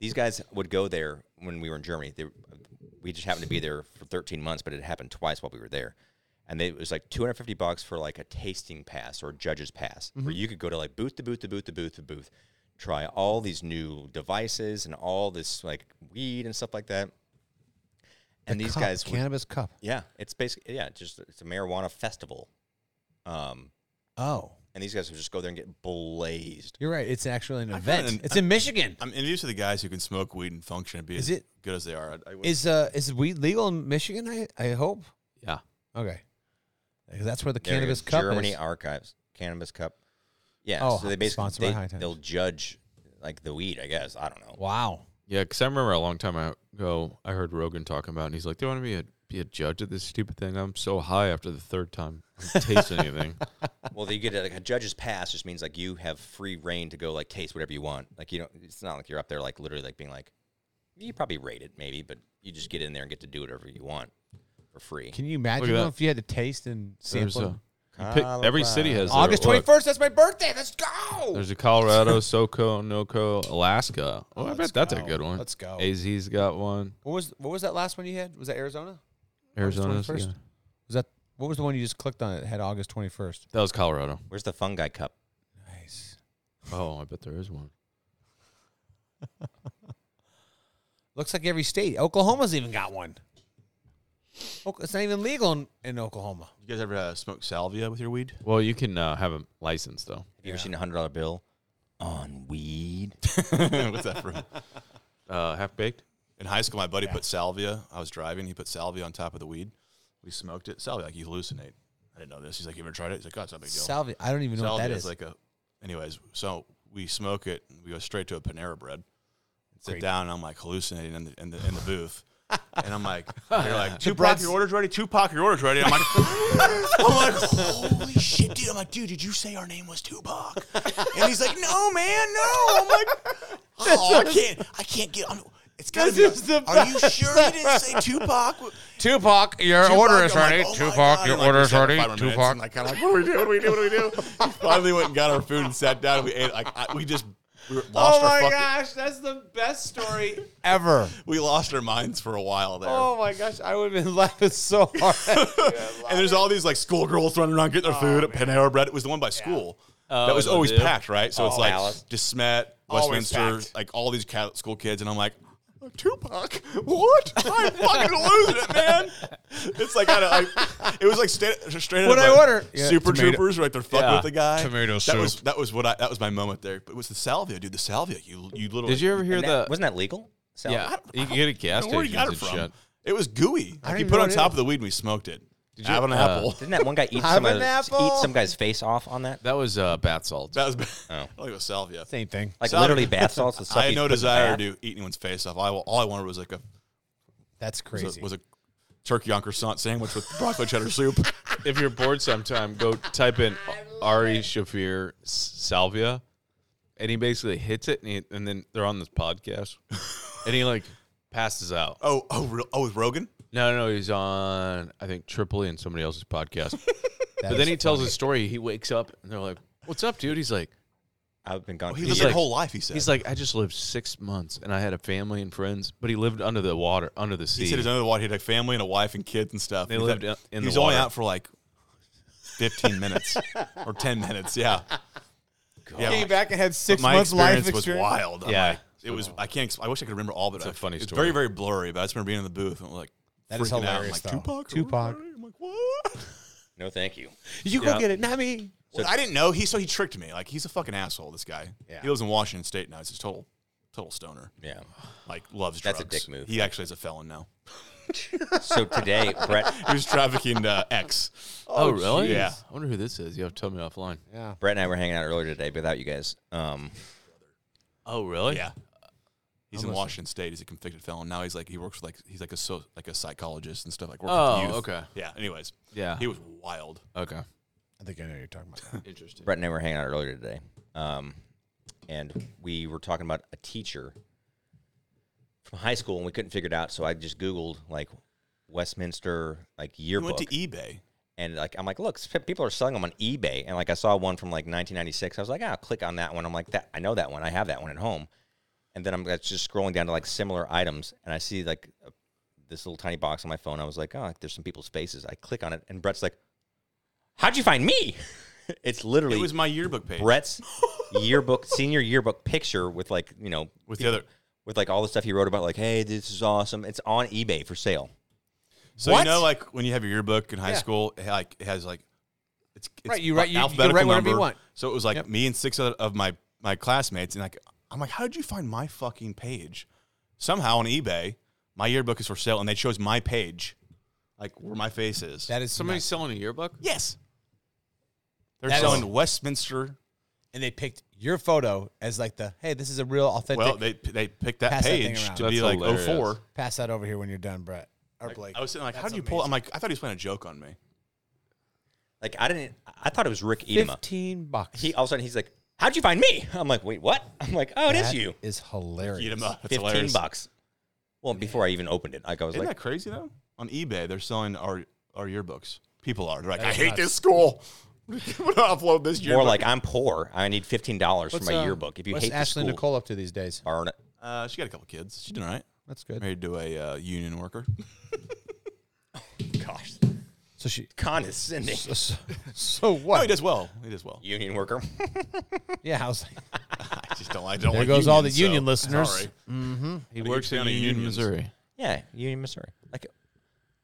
These guys would go there when we were in Germany. They, we just happened to be there for 13 months, but it happened twice while we were there. And they, it was like 250 bucks for like a tasting pass or a judge's pass, where you could go to like booth to booth to booth to booth to booth, try all these new devices and all this like weed and stuff like that. And these cup, guys would, cannabis cup. yeah, it's basically yeah, it's just it's a marijuana festival. Um, Oh, and these guys would just go there and get blazed. you're right. It's actually an event. an- it's in Michigan. I'm introduced to the guys who can smoke weed and function and be Is as it- good as they are. I, I would- Is uh is weed legal in Michigan? I I hope. Yeah, Okay, 'Cause that's where the There you go. cannabis cup Germany is. Archives cannabis cup. Yeah, Oh, so they basically sponsored by they, High Times. they'll judge like the weed, I guess. I don't know. Wow. yeah. Because I remember a long time ago, I heard Rogan talking about, it, and he's like, "They want me to be a judge of this stupid thing. I'm so high after the third time I taste anything." Well, they get like a judge's pass just means like you have free reign to go like taste whatever you want. Like you know, it's not like you're up there like literally like being like you probably rate it maybe, but you just get in there and get to do whatever you want for free. Can you imagine that. though, if you had to taste and There's uh, sample? a- you pick- every city has their- August twenty look, first. That's my birthday. Let's go. There's a Colorado, SoCo, NoCo, Alaska. Oh, I bet that's a go. good one. Let's go. AZ's got one. What was what was that last one you had? Was that Arizona? August Arizona's. 21st? yeah. Was that what was the one you just clicked on? It had August twenty first. That was Colorado. Where's the fungi cup? Nice. Oh, I bet there is one. Looks like every state. Oklahoma's even got one. Oh, It's not even legal in, in Oklahoma. you guys ever uh, smoke salvia with your weed? Well, you can uh, have a license though. Have you ever seen a hundred dollar bill on weed? What's that from? Uh, half baked. In high school, my buddy put salvia. I was driving. He put salvia on top of the weed. We smoked it. Salvia, like you hallucinate. I didn't know this. He's like, you ever tried it? He's like, oh, it's not a big deal. Salvia. I don't even know salvia what that is is. like a. Anyways, so we smoke it. and We go straight to a Panera Bread. Sit down, and I'm like hallucinating in the in the, in the booth. And I'm like, they're like, Tupac, bread's- your order's ready. Tupac, your order's ready. And I'm like, I'm like, holy shit, dude. I'm like, dude, did you say our name was Tupac? And he's like, no, man, no. I'm like, oh, I can't, I can't get. I'm, it's gotta be. is the are you sure you didn't say Tupac? Tupac, your Tupac, I'm like, oh my God. And, like, we sat for five minutes, and, Like, kind of like, what do we do? What do we do? What do we do? We finally went and got our food and sat down. And we ate. Like, I, we just we were- lost Oh our my fucking, gosh, that's the best story ever. we lost our minds for a while there. Oh my gosh, I would have been laughing so hard. and there's all these like schoolgirls running around getting Oh, their food at Panera Bread. It was the one by school. that was Oh, the always dude. packed, right? So it's like Dallas. Desmet, Oh, Always Westminster, packed. like all these cat- school kids, and I'm like, Tupac, what? I'm fucking losing it, man. It's like, I don't, like it was like straight, straight out What'd of, I like, order? Yeah, Super tomato- Troopers, right? They're fucking Yeah. with the guy. Tomato that soup. Was, that was what I. That was my moment there. But it was the salvia, dude. The salvia. You you literally. Did you ever hear And that, the? wasn't that legal? Sal- yeah, you can get a gas I don't know where you station got it and from? shit. It was gooey. Like don't you even put know on what it top is. of the weed, and we smoked it. Did you- have an uh, apple? Didn't that one guy eat Have some an of- eat apple. some guy's face off on that? That was uh, bath salts. That was bad. I Oh. think it was salvia. Same thing. Like Salvia. literally bath salts. and stuff I had you no put in the desire bath? to eat anyone's face off. I, all I wanted was like a That's was crazy. a, was a turkey on croissant sandwich with broccoli cheddar soup. if you're bored sometime, go type in Ari Shafir s- Salvia, and he basically hits it, and, he, and then they're on this podcast, and he like passes out. Oh, oh, real, oh, with Rogan. No, no, he's on I think Tripoli and somebody else's podcast. That but then is he tells funny. his story. He wakes up and they're like, "What's up, dude?" He's like, I've been gone. Oh, he for He's lived his years. like- whole life. He said. "He's like, I just lived six months and I had a family and friends." But he lived under the water, under the sea. he said he's under the water. He had a family and a wife and kids and stuff. They He lived thought- in the He was only water. out for like fifteen minutes or ten minutes. Yeah. Yeah. Came back and had But six my months life experience experience. was wild. I'm Yeah. like, it was. I can't. exp- I wish I could remember all of it. It's a funny It's story. very, very blurry. But I just remember being in the booth and like That freaking is out. I'm hilarious, like though. Tupac. Tupac. I'm like what? no, thank you. You Yeah. go get it, not me. Well, I didn't know he. So he tricked me. Like he's a fucking asshole. This guy. Yeah. He lives in Washington State now. He's a total, total stoner. Yeah. Like loves drugs. That's a dick move. He actually is a felon now. So today, Brett He was trafficking uh, X. "Oh, really? Yeah. I wonder who this is. You have to tell me offline." Yeah. Brett and I were hanging out earlier today without you guys. Um, Oh, really? Yeah. He's in Washington State. He's a convicted felon. Now he's like he works with like he's like a so, like a psychologist and stuff like. works with Oh, youth. okay. Yeah. Anyways, Yeah. he was wild. okay. I think I know what you're talking about. Interesting. Brett and I were hanging out earlier today, um, and we were talking about a teacher from high school, and we couldn't figure it out. So I just Googled like Westminster like He yearbook, went to eBay. and like I'm like, look, sp- people are selling them on eBay, and like I saw one from like 1996. I was like, I'll click on that one. I'm like, that I know that one. I have that one at home. And then I'm like, just scrolling down to like similar items, and I see like a- this little tiny box on my phone. I was like, oh, there's some people's faces. I click on it, and Brett's like, how'd you find me? it's It literally was my yearbook page Brett's yearbook, senior yearbook picture with like you know with the other. with like all the stuff he wrote about, like, hey, this is awesome. It's on eBay for sale. So What? you know, like when you have your yearbook in high Yeah. school, it, like it has like it's, it's Right, you by write- you- you can alphabetical write whatever you number. want. So it was like me and six other of my my classmates, and like I'm like, how did you find my fucking page? Somehow on eBay, my yearbook is for sale, and they chose my page, like where my face is. That is Somebody's somebody, selling a yearbook. yes, they're That is- selling Westminster. and they picked your photo as like the hey, this is a real authentic. Well, they they picked that Pass that thing page around. to That's be like hilarious. 04. pass that over here when you're done, Brett or Blake. I was sitting like, how That's did you pull? I'm amazing. like, I thought he was playing a joke on me. Like, I didn't, I thought it was Rick Edema. Fifteen bucks. He all of a sudden he's like, how'd you find me? I'm like, wait, what? I'm like, oh, it is That you. Is hilarious. Eat him up. That's Fifteen hilarious. bucks. Well, before I even opened it, like I was Isn't like, that crazy though? On eBay, they're selling our our yearbooks. People are. They're like, That I is hate nuts. this school. I'm gonna upload this more yearbook. like I'm poor. I need fifteen dollars for my yearbook. If you what's hate Ashley the school, Nicole up to these days? Nicole- uh, she got a couple kids. She's doing all right. That's good. Married to a uh, union worker. gosh, So she. condescending So, so- so Oh, he what? does well. He does well. union worker. yeah, I was like, I just don't. I don't. There like goes all the unions, union so- listeners. Sorry. He Like, works you're in down Mm-hmm. at Union, unions. Missouri. yeah, Union, Missouri. Like,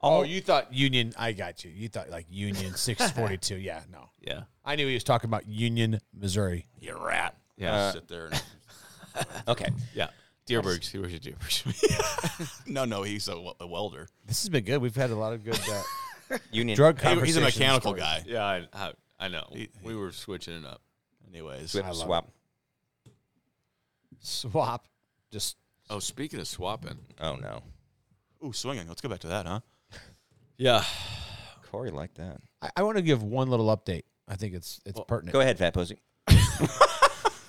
oh, you thought Union. I got you. You thought like Union six forty two. Yeah, no, Yeah. I knew he was talking about Union, Missouri. You rat. Yeah. sit there. And, okay, yeah. Deerbergs. He works at Deerbergs. no, no, he's a, wel- a welder. This has been good. We've had a lot of good uh, Union drug He- conversations. he's a mechanical stories. guy. Yeah, I, I, I know. we were switching it up. Anyways, Swip, I love swap. Swap. Just Oh, speaking of swapping. Oh no, ooh, swinging. Let's go back to that, huh? Yeah. Corey liked that. I, I want to give one little update. I think it's it's pertinent. Go ahead, Fat Posy.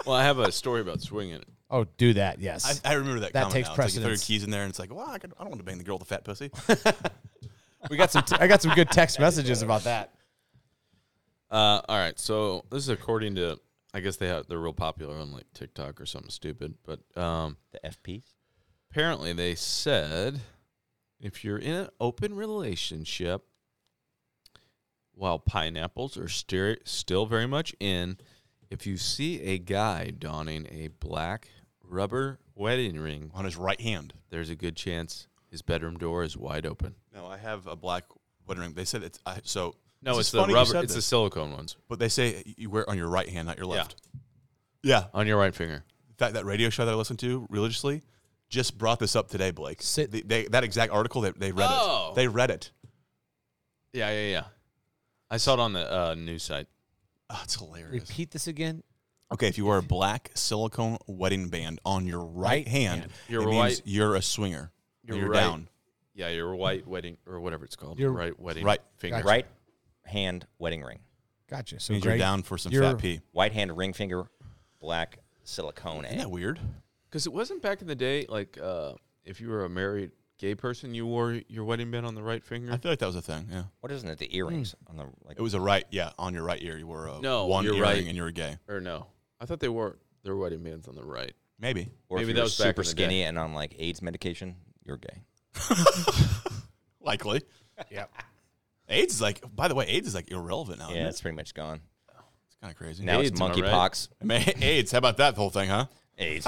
Well, I have a story about swinging. Oh, do that. Yes. I, I remember that. That comment takes now. It's like you throw your precedence. keys in there, and it's like, well, I, could, I don't want to bang the girl with the fat pussy. we got some. T- I got some good text messages about that. Uh, all right. So this is according to, I guess they have, they're real popular on like TikTok or something stupid. But um, The FPs. apparently they said if you're in an open relationship while pineapples are stir- still very much in, if you see a guy donning a black rubber wedding ring, on his right hand. there's a good chance his bedroom door is wide open. No, I have a black wedding ring. They said it's I, so. No, this it's is the funny you rubber. said It's the this, silicone ones but they say you wear it on your right hand, not your Yeah. left. Yeah. on your right finger. In fact, that radio show that I listen to religiously just brought this up today, Blake. Sit- The- they- that exact article that they read Oh. it. They read it. Yeah, yeah, yeah. I saw it on the uh, news site. Oh, it's hilarious. Repeat this again. Okay, if you wear a black silicone wedding band on your right, Right hand, hand. Your it right- means you're a swinger. You're, Your right- down. Yeah, your white wedding or whatever it's called. Your- right wedding. Right. finger. Right hand wedding ring. Gotcha. So Means you're Greg- down for some you're- fat pee. White hand ring finger, black silicone. Isn't A. that weird? Because it wasn't back in the day like uh, if you were a married gay person, you wore your wedding band on the right finger? I feel like that was a thing. Yeah, What isn't it? The earrings Hmm. on the like. it was a right. Yeah, on your right ear, you were a No, one you're earring right. and you were gay. or no? I thought they wore their wedding bands on the right. Maybe. or maybe if you that were was back super in the day. skinny and on like AIDS medication, you're gay. Likely. Yep. AIDS is like. By the way, AIDS is like irrelevant now. Yeah, Yeah, it's pretty much gone. it's kind of crazy. Now AIDS, it's am I right? monkeypox, I mean, AIDS. How about that whole thing, huh? AIDS.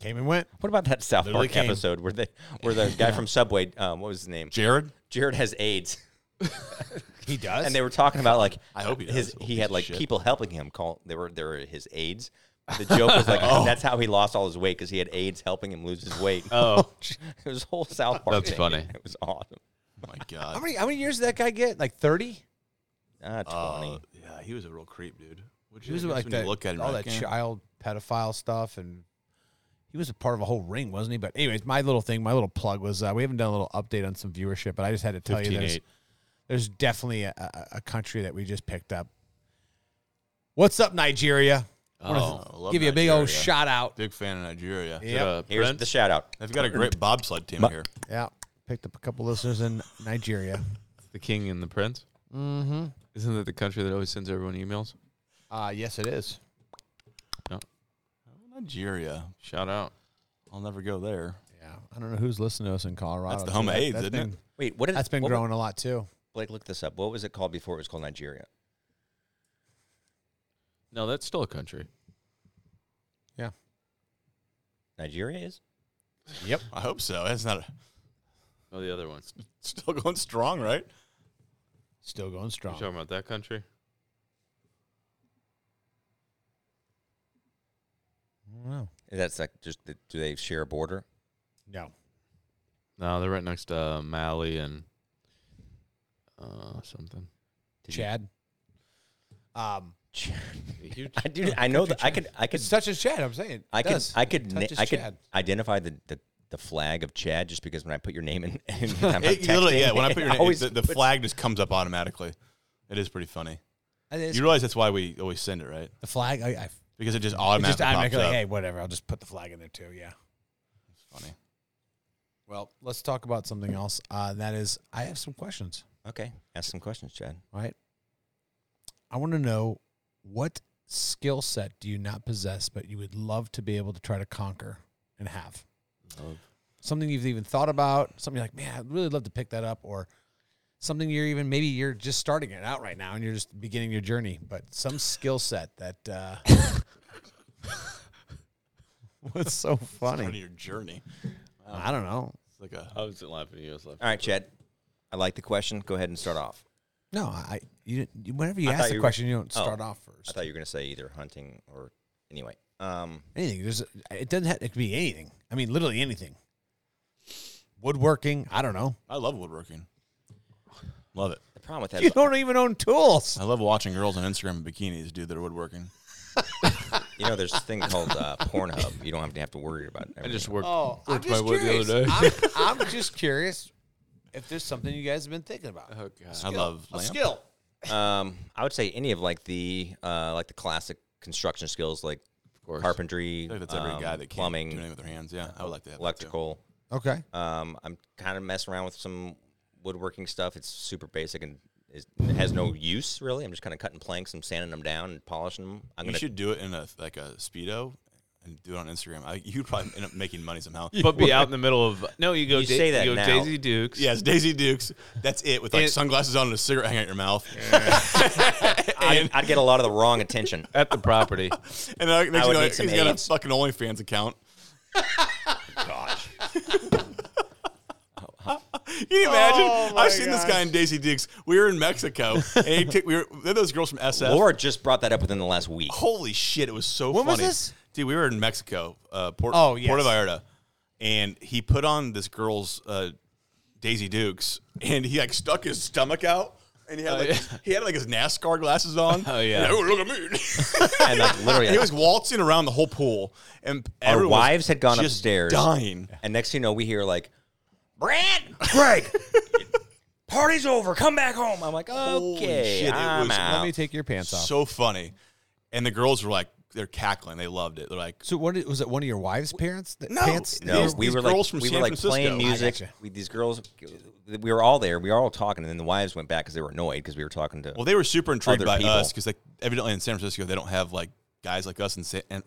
Came and went. what about that South Literally Park came. episode where they where the guy from Subway, um, what was his name? Jared. Oh Jared has AIDS, He does. and they were talking about like I hope he does. his Little he piece had of like shit. people helping him call they were they were his aides. The joke was like that's how he lost all his weight because he had AIDS helping him lose his weight. Oh, it was a whole South Park. That's thing. funny. It was awesome. Oh my how God. many how many years did that guy get? Like thirty. Ah, twenty. Uh, yeah, he was a real creep, dude. Which He was like that. all that child pedophile stuff, and he was a part of a whole ring, wasn't he? But anyways, my little thing, my little plug was uh, we haven't done a little update on some viewership, but I just had to tell you there's 15-8. there's definitely a, a, a country that we just picked up. What's up, Nigeria? Wanna Oh, th- I love give you a big old Nigeria. shout out. Big fan of Nigeria. Yep. Uh, Here's Brent? the shout out. They've got a great bobsled team here. Yeah, picked up a couple listeners in Nigeria. the king and the prince. mm-hmm. Isn't that the country that always sends everyone emails? Uh, yes, it is. Nigeria. Shout out. I'll never go there. Yeah, I don't know who's listening to us in Colorado. That's the too. home of AIDS, that's isn't it? been- Wait, what did That's been what, growing a lot too. Blake, look this up. What was it called before it was called Nigeria? No, that's still a country. Nigeria is. Yep. I hope so. That's not a, Oh, the other one. still going strong, right? Still going You strong. talking about that country? No. That's like just the, do they share a border? No. No, they're right next to uh, Mali and uh, something. Did you- Chad. Um, I do. I know that I could. I could. it's such as Chad. I'm saying. I could. I could. na- Touches I could Chad. identify the, the the flag of Chad just because when I put your name in, and I'm It- literally, texting, yeah. When I it put your name, always the, the puts- flag just comes up automatically. It is pretty funny. And it's- You realize that's why we always send it, right? the flag. I, I Because it it's just just automatically automatically pops like, up. hey, whatever. I'll just put the flag in there too. Yeah. It's funny. Well, let's talk about something else. Uh, that is, I have some questions. Okay, ask some questions, Chad. All right. I want to know what skill set do you not possess, but you would love to be able to try to conquer and have something you've even thought about, something you're like, man, I'd really love to pick that up, or something you're even maybe you're just starting it out right now and you're just beginning your journey, but some skill set that. Uh, What's so Part of funny? your journey. I don't know. It's like a I was laughing at you. I was laughing. All right, Chad. I like the question. Go ahead and start off. No, I you, you whenever you I thought ask the you- question, you don't oh, start off first. I thought you were going to say either hunting or anyway. Um, anything. There's it doesn't have it could be anything. I mean, literally anything. Woodworking. I don't know. I love woodworking. Love it. the problem with that You is, don't even own tools. I love watching girls on Instagram in bikinis do their woodworking. you know, there's this thing called uh, Pornhub. You don't have to have to worry about. I everything. just worked, Oh, I'm worked my just wood curious. the other day. I'm, I'm just curious if there's something you guys have been thinking about. oh, God. I love A lamp. skill. Um, I would say any of like the uh, like the classic construction skills, like course. carpentry, I think that's every um, guy that can't do plumbing, anything with their hands. Yeah, I would like to have that, too. electrical. Okay. Um, I'm kind of messing around with some woodworking stuff. It's super basic and is, it has no use really. I'm just kind of cutting planks and sanding them down and polishing them. I'm You gonna should do it in a like a speedo and do it on Instagram. I, you'd probably end up making money somehow. But be out in the middle of no, you go. You da- say that you go now. Daisy Dukes. Yeah, it's Daisy Dukes. That's it with like It- sunglasses on and a cigarette hanging out your mouth. I'd, I'd get a lot of the wrong attention. at the property. And then it makes I you would know, need he's some got a AIDS. fucking OnlyFans account. Gosh. Can you imagine? I've seen this guy in Daisy Dukes. We were in Mexico, and he took, we were they're those girls from SF. Laura just brought that up within the last week. Holy shit, it was so When was funny. this? Dude, we were in Mexico, uh, Port, Oh, Puerto yes. Vallarta, and he put on this girl's uh, Daisy Dukes, and he like stuck his stomach out, and Oh, he had like he had like his NASCAR glasses on. Oh, yeah. And, oh look at me. And like literally, And he was waltzing around the whole pool, and our everyone was wives had gone just upstairs, dying. and next thing you know, we hear like, Brad, Greg, party's over, come back home. I'm like, Holy okay, shit, it I'm was- let out. Let me take your pants off. So funny, and the girls were like they're cackling. They loved it. They're like, So what did- was it? One of your wife's parents? That, No. Pants? No, These- we these were girls like from we San were like Francisco. I playing music. gotcha. We, these girls, we were all there. We were all talking, and then the wives went back because they were annoyed because we were talking to. well, they were super intrigued Other by us 'cause people. us because like evidently in San Francisco they don't have like guys like us in San and.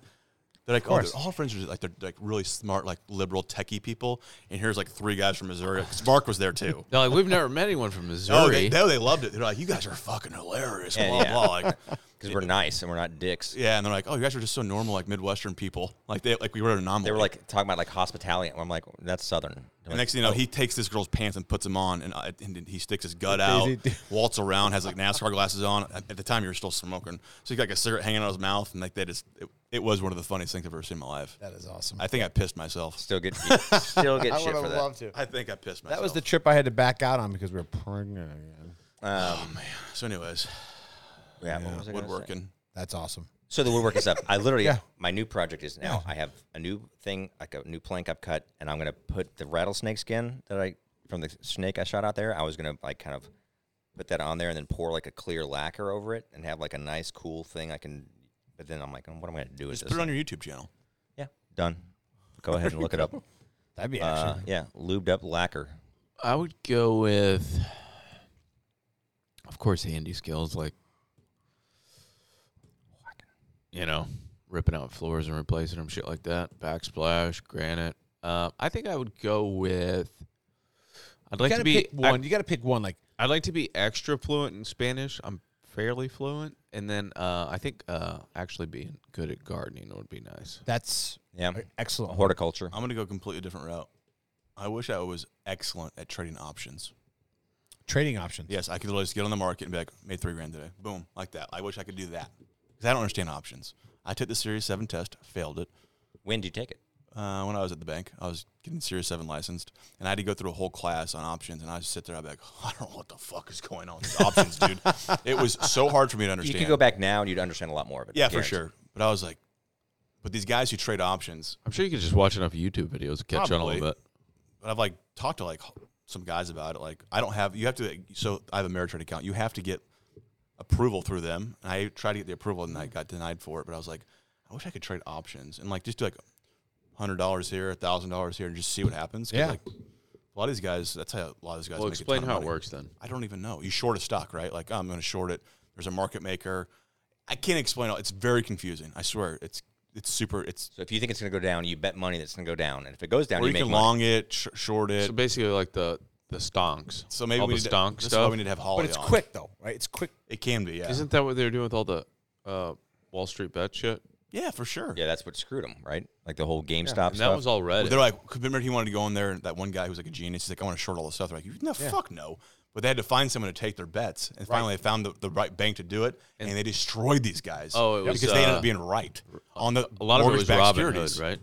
They're like, oh, they're all friends are like they're like really smart, like liberal techie people, and here's like three guys from Missouri. 'Cause Mark was there too. They're like, we've never met anyone from Oh, Missouri. they, no, they loved it. They're like, you guys are fucking hilarious. Blah, Yeah, yeah. blah. Like, because we're nice and we're not dicks. yeah, and they're like, oh, you guys are just so normal, like Midwestern people. Like they, like we were an anomaly. They were like talking about like hospitality. and I'm like, that's southern. They're And like, next thing you know, he takes this girl's pants and puts them on, and, I- and he sticks his gut out, waltz around, has like NASCAR glasses on. At at the time, you were still smoking, so he got like a cigarette hanging out of his mouth, and like they just, it, it was one of the funniest things I've ever seen in my life. That is awesome. I think I pissed myself. still get still get I shit would for have that. loved to. I think I pissed myself. that was the trip I had to back out on because we were pregnant again. Um, so, anyways, yeah, what was I gonna say? woodworking. That's awesome. So the woodwork is up. I literally, Yeah. my new project is now. I have a new thing, like a new plank I've cut, and I'm gonna put the rattlesnake skin that I from the snake I shot out there. I was gonna like kind of put that on there and then pour like a clear lacquer over it and have like a nice cool thing I can. But then I'm like, oh, what am I gonna do with Just this? put it on your YouTube channel. yeah, done. Go ahead and look it up. That'd be Uh, action. yeah, lubed up lacquer. I would go with, of course, handy skills like, you know, ripping out floors and replacing them, shit like that. Backsplash, granite. Uh, I think I would go with. I'd you like gotta to be pick one. you gotta pick one. Like I'd like to be extra fluent in Spanish. I'm fairly fluent, and then uh, I think uh, actually being good at gardening would be nice. that's Yeah, excellent. horticulture. I'm gonna go a completely different route. I wish I was excellent at trading options. Trading options. Yes, I could literally just get on the market and be like, made three grand today. Boom, like that. I wish I could do that because I don't understand options. I took the Series Seven test, failed it. When do you take it? uh, when I was at the bank. I was getting Series 7 licensed, and I had to go through a whole class on options, and I just sit there, I'd be like, I don't know what the fuck is going on with these options, dude. It was so hard for me to You understand. could go back now and you'd understand a lot more of it. Yeah, for Guaranteed. sure. But I was like, but these guys who trade options, I'm sure you could just watch enough YouTube videos to catch on a Probably. little bit. but I've like talked to like some guys about it. Like, I don't have, you have to, so I have a Ameritrade account. You have to get approval through them. And I tried to get the approval and I got denied for it, but I was like, I wish I could trade options and like just do like $100 here, $1,000 here, and just see what happens. 'Cause, Yeah. Like, a lot of these guys, that's how a lot of these guys Well, make a explain ton of how it money. works then. I don't even know. You short a stock, right? Like, "Oh, I'm going to short it. There's a market maker. I can't explain it. It's very confusing. I swear. It's it's super. It's So if you think it's gonna go down, you bet money that's gonna go down, and if it goes down, or you, you make can money. long it, sh- short it. So basically, like the the stonks. So maybe all we the need stonk to, This is why stuff. we need to have Holly But it's on. quick though, right? It's quick. It can be. Yeah. Isn't that what they were doing with all the uh, Wall Street bet shit? yeah, for sure. Yeah, that's what screwed him, right? Like the whole GameStop And stuff. that was all Reddit. They're like, 'cause remember he wanted to go in there. and That one guy who was like a genius. He's like, I want to short all this stuff. They're like, you- no, fuck no. But they had to find someone to take their bets, and finally they found the, the right bank to do it, and, they destroyed these guys. Oh, it was, because they ended uh, up being right on the a lot of it was mortgage-backed Robin Hood, securities. right?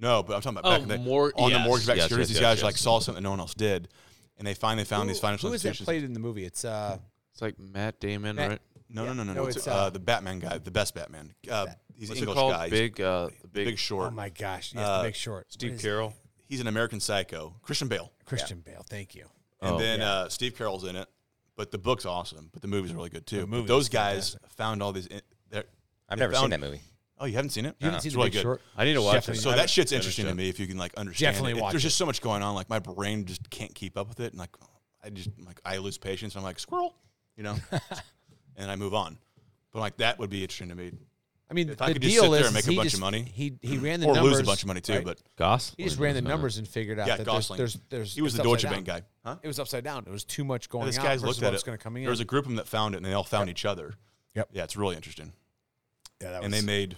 No, but I'm talking about Oh, back in the, mor- on yes, the mortgage-backed yes, securities. yes, these yes, guys yes. like saw something no one else did, and they finally found these financial Who is that institutions. played in the movie? It's uh, It's like Matt Damon, Matt- right? No, no, no, no, No, no. it's, It's, uh, uh, the Batman guy, the best Batman. Uh, he's an What's English it called? guy. He's Big, uh, the big, big, short. oh my gosh, yes, Uh, The Big Short. What Steve is- Carroll. he's an American Psycho. Christian Bale. Christian Bale. Thank you. And Oh, then uh, Steve Carroll's in it, but the book's awesome. But the movie's really good too. But movie those is guys found all these. In, they're- I've they never seen found- that movie. Oh, you haven't seen it? You haven't It's seen The really Big good. Short? I need to watch Definitely. it. So I that shit's finished interesting to it. me if you can like understand. Definitely it. watch There's it. just so much going on. Like my brain just can't keep up with it, and like I just like I lose patience. And I'm like squirrel, you know, and I move on. But like that would be interesting to me, I mean, If the I could just deal sit there is and make is a he bunch of just- money. He he ran the or numbers, lose a bunch of money too. right? But Gosling. he just ran the wasn't it? numbers and figured out Yeah, that there's, Gosling. there's there's he was it's the Deutsche upside Bank down. guy, huh? It was upside down. It was too much going This out guy's versus looked at what was it. going to come in. There was a group of them that found it, and they all found each other. Yep. Yeah, it's really interesting, yeah, that and was- they made.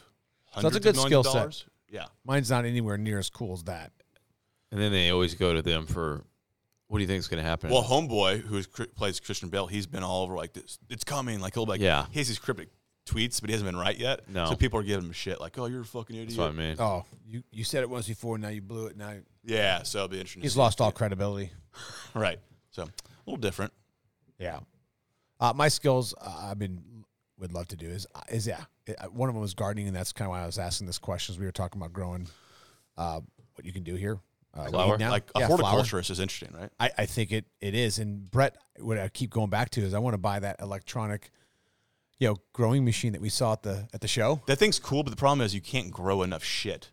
that's a hundreds of good millions skill of set. dollars. Yeah. mine's not anywhere near as cool as that. And then they always go to them for, what do you think is going to happen? Well, Homeboy, who is, Chri- plays Christian Bale, he's been all over like this. It's coming. Like he'll be like, Yeah. He has these cryptic tweets, but he hasn't been right yet. No. So people are giving him shit. Like, oh, you're a fucking idiot. That's what I mean. Oh, you you said it once before. Now you blew it. Now you- Yeah. So it'll be interesting. to he's see. lost all credibility. Right. So a little different. Yeah. Uh, my skills, uh, I mean, would love to do is is yeah. Uh, one of them was gardening, and that's kind of why I was asking this question. As we were talking about growing, uh, what you can do here, uh, Flower? weed now. Like a Yeah, flower. horticulturist is interesting, right? I, I think it it is. And Brett, what I keep going back to is I want to buy that electronic you know growing machine that we saw at the at the show. That thing's cool, but the problem is you can't grow enough shit,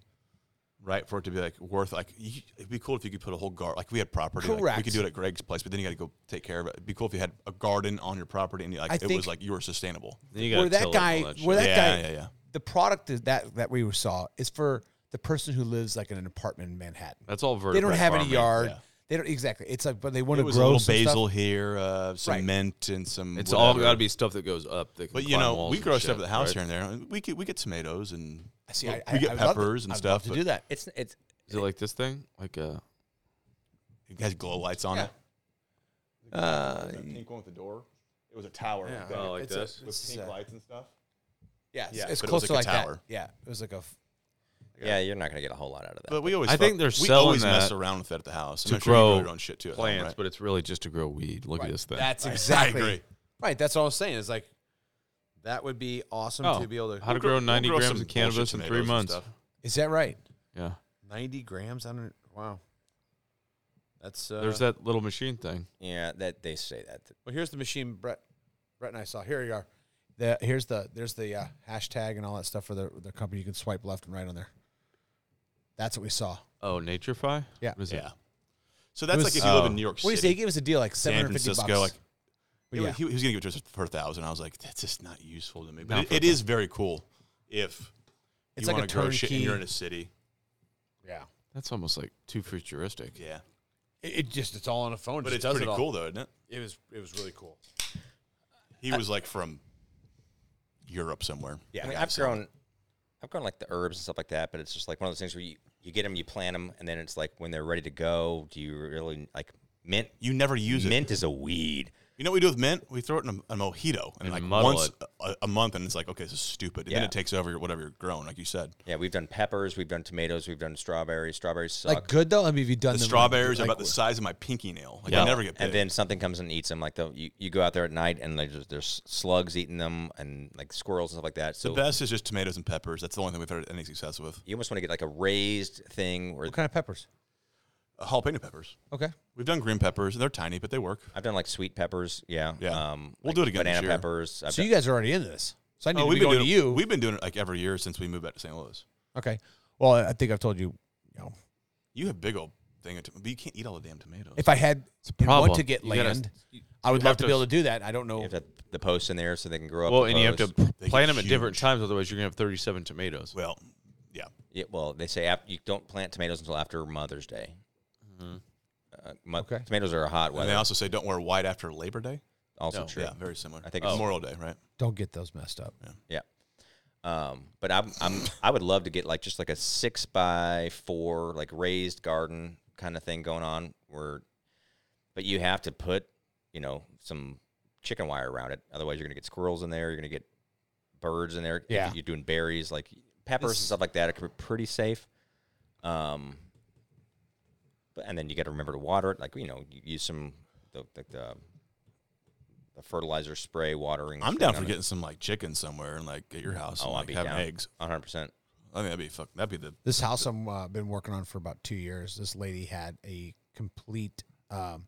right? For it to be like worth like you, it'd be cool if you could put a whole garden. Like we had property, like, we Correct. could do it at Greg's place, but then you got to go take care of it. It'd be cool if you had a garden on your property and you, like I it think- was like you were sustainable. Then you Where gotta that till up all guy, that shit. where that Yeah, guy, yeah, yeah. the product is that that we saw is for the person who lives like in an apartment in Manhattan. That's all vertical. They don't have any farming. yard. yeah. They don't exactly. It's like, but they want It to was a little grow some basil basil. here, uh, some Right. mint, and some. It's all whatever. got to be stuff that goes up. That can But you climb know, walls we and grow shit, stuff at the house right? here and there. We could we get tomatoes and See, Look, I, we I- get I love peppers it. and I'd stuff, love to but- do that. It's it's Is it like this thing? Like uh, it has glow lights on Yeah. it. pink one with the door. It was a tower. Yeah. Oh, like It's a- this? it's a- lights and stuff. Yeah, Yeah, it's but it was close to like like a that. tower. Yeah, it was like a. f- yeah, you're not gonna get a whole lot out of that. But we always, I think fuck- they're we selling always mess that around with that at the house. to I'm sure you grow your own shit too. at home, plants, right? but it's really just to grow weed. Look right. at this thing. That's exactly. agree. Right. That's all I was saying. Is like That would be awesome Oh, to be able to. how to grow 90 grow some grams of bullshit cannabis in tomatoes three and months. stuff. Is that right? Yeah. 90 grams? I don't. Wow. That's. Uh, There's that little machine thing. yeah, that they say that. Well, here's the machine Brett Brett and I saw. Here you are. The, here's the there's the uh, hashtag and all that stuff for the the company. You can swipe left and right on there. That's what we saw. Oh, Naturefy? Yeah. What is it? Yeah. So that's was- like if uh, you live oh. in New York What do you say? He City, gave us a deal like seven San hundred fifty bucks. Francisco, like But it- yeah, he, he was gonna give it to us for a thousand. I was like, that's just not useful to me. Not But for it, it a is very cool if It's you like a want to grow shit and turnkey- you're in a city. yeah. That's almost like too futuristic. Yeah, It, it just it's all on a phone. but just it's does pretty it all. cool though, isn't it? It was it was really cool. He was like from Europe somewhere. I mean, I've grown, I've grown like the herbs and stuff like that, but it's just like one of those things where you, you get them, you plant them, and then it's like when they're ready to go. Do you really like mint? You never use it. mint is a weed. You know what we do with mint? We throw it in a, a mojito and, And like muddle once it. a, a month, and it's like, okay, this is stupid. And Yeah. Then it takes over your, whatever you're growing, like you said. Yeah, we've done peppers, we've done tomatoes, we've done strawberries. Strawberries suck. Like good though. I mean, if you done The them, strawberries like, are about the size of my pinky nail. Like Yeah. I never get big. and then something comes and eats them. Like the you, you go out there at night and like, there's, there's slugs eating them and like squirrels and stuff like that. the So best is just tomatoes and peppers. That's the only thing we've had any success with. you almost want to get like a raised thing. Where What kind of peppers? Uh, jalapeno peppers. Okay. We've done green peppers, and they're tiny, but they work. I've done like sweet peppers. Yeah, Yeah. Um, We'll like do it again this Banana year. peppers. I've So done- you guys are already into this. So I need to be been going doing to it- you. Oh, We've been doing it like every year since we moved back to St. Louis. okay. Well, I think I've told you. You know, You have big old thing, of tom- but you can't eat all the damn tomatoes. if I had want problem. to get You gotta- land, I would you have love to, to- be able to do that. I don't know. you have to have the posts in there so they can grow up. Well, the and you have to posts. plant They get them at different huge. times, otherwise you're gonna have 37 tomatoes. well, yeah, Yeah, well, they say ap- you don't plant tomatoes until after Mother's Day. Uh, mo- Mm-hmm. Okay. Tomatoes are a hot and weather. they also say don't wear white after Labor Day. also Oh, No. true. Yeah, very similar. I think it's- Memorial Day, right? Don't get those messed up. Yeah. Um, but I'm, I'm I would love to get like just like a six by four like raised garden kind of thing going on where, but you have to put you know some chicken wire around it. Otherwise, you're gonna get squirrels in there. You're gonna get birds in there. If Yeah. you're doing berries like peppers and stuff like that. It could be pretty safe. Um, but and then you got to remember to water it. Like you know, you use some the the, the, the fertilizer spray watering. I'm thing down on for it. getting some like chicken somewhere and like at your house Oh, and I'd like be having down. eggs. 100. percent I think that'd be fuck. That'd be the This house I've uh, been working on for about two years. This lady had a complete um,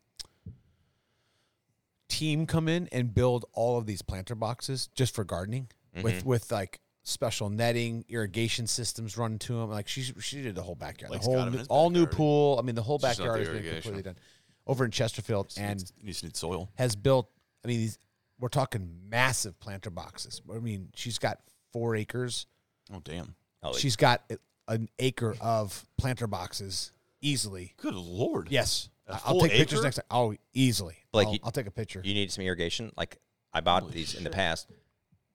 team come in and build all of these planter boxes just for gardening Mm-hmm. with with like special netting, irrigation systems run to them. Like she she did the whole backyard, Blake's the whole got 'em in new- his all new backyard. pool. I mean, the whole just not backyard the has been irrigation. completely done over in Chesterfield, and you just need soil. has built. I mean, these we're talking massive planter boxes. I mean, she's got four acres Oh damn! Oh, like- she's got a- an acre of planter boxes easily. Good lord! Yes, A I'll full take pictures acre? next time. Oh, easily. Blake, I'll, you- I'll take a picture. you need some irrigation. Like I bought these in the past.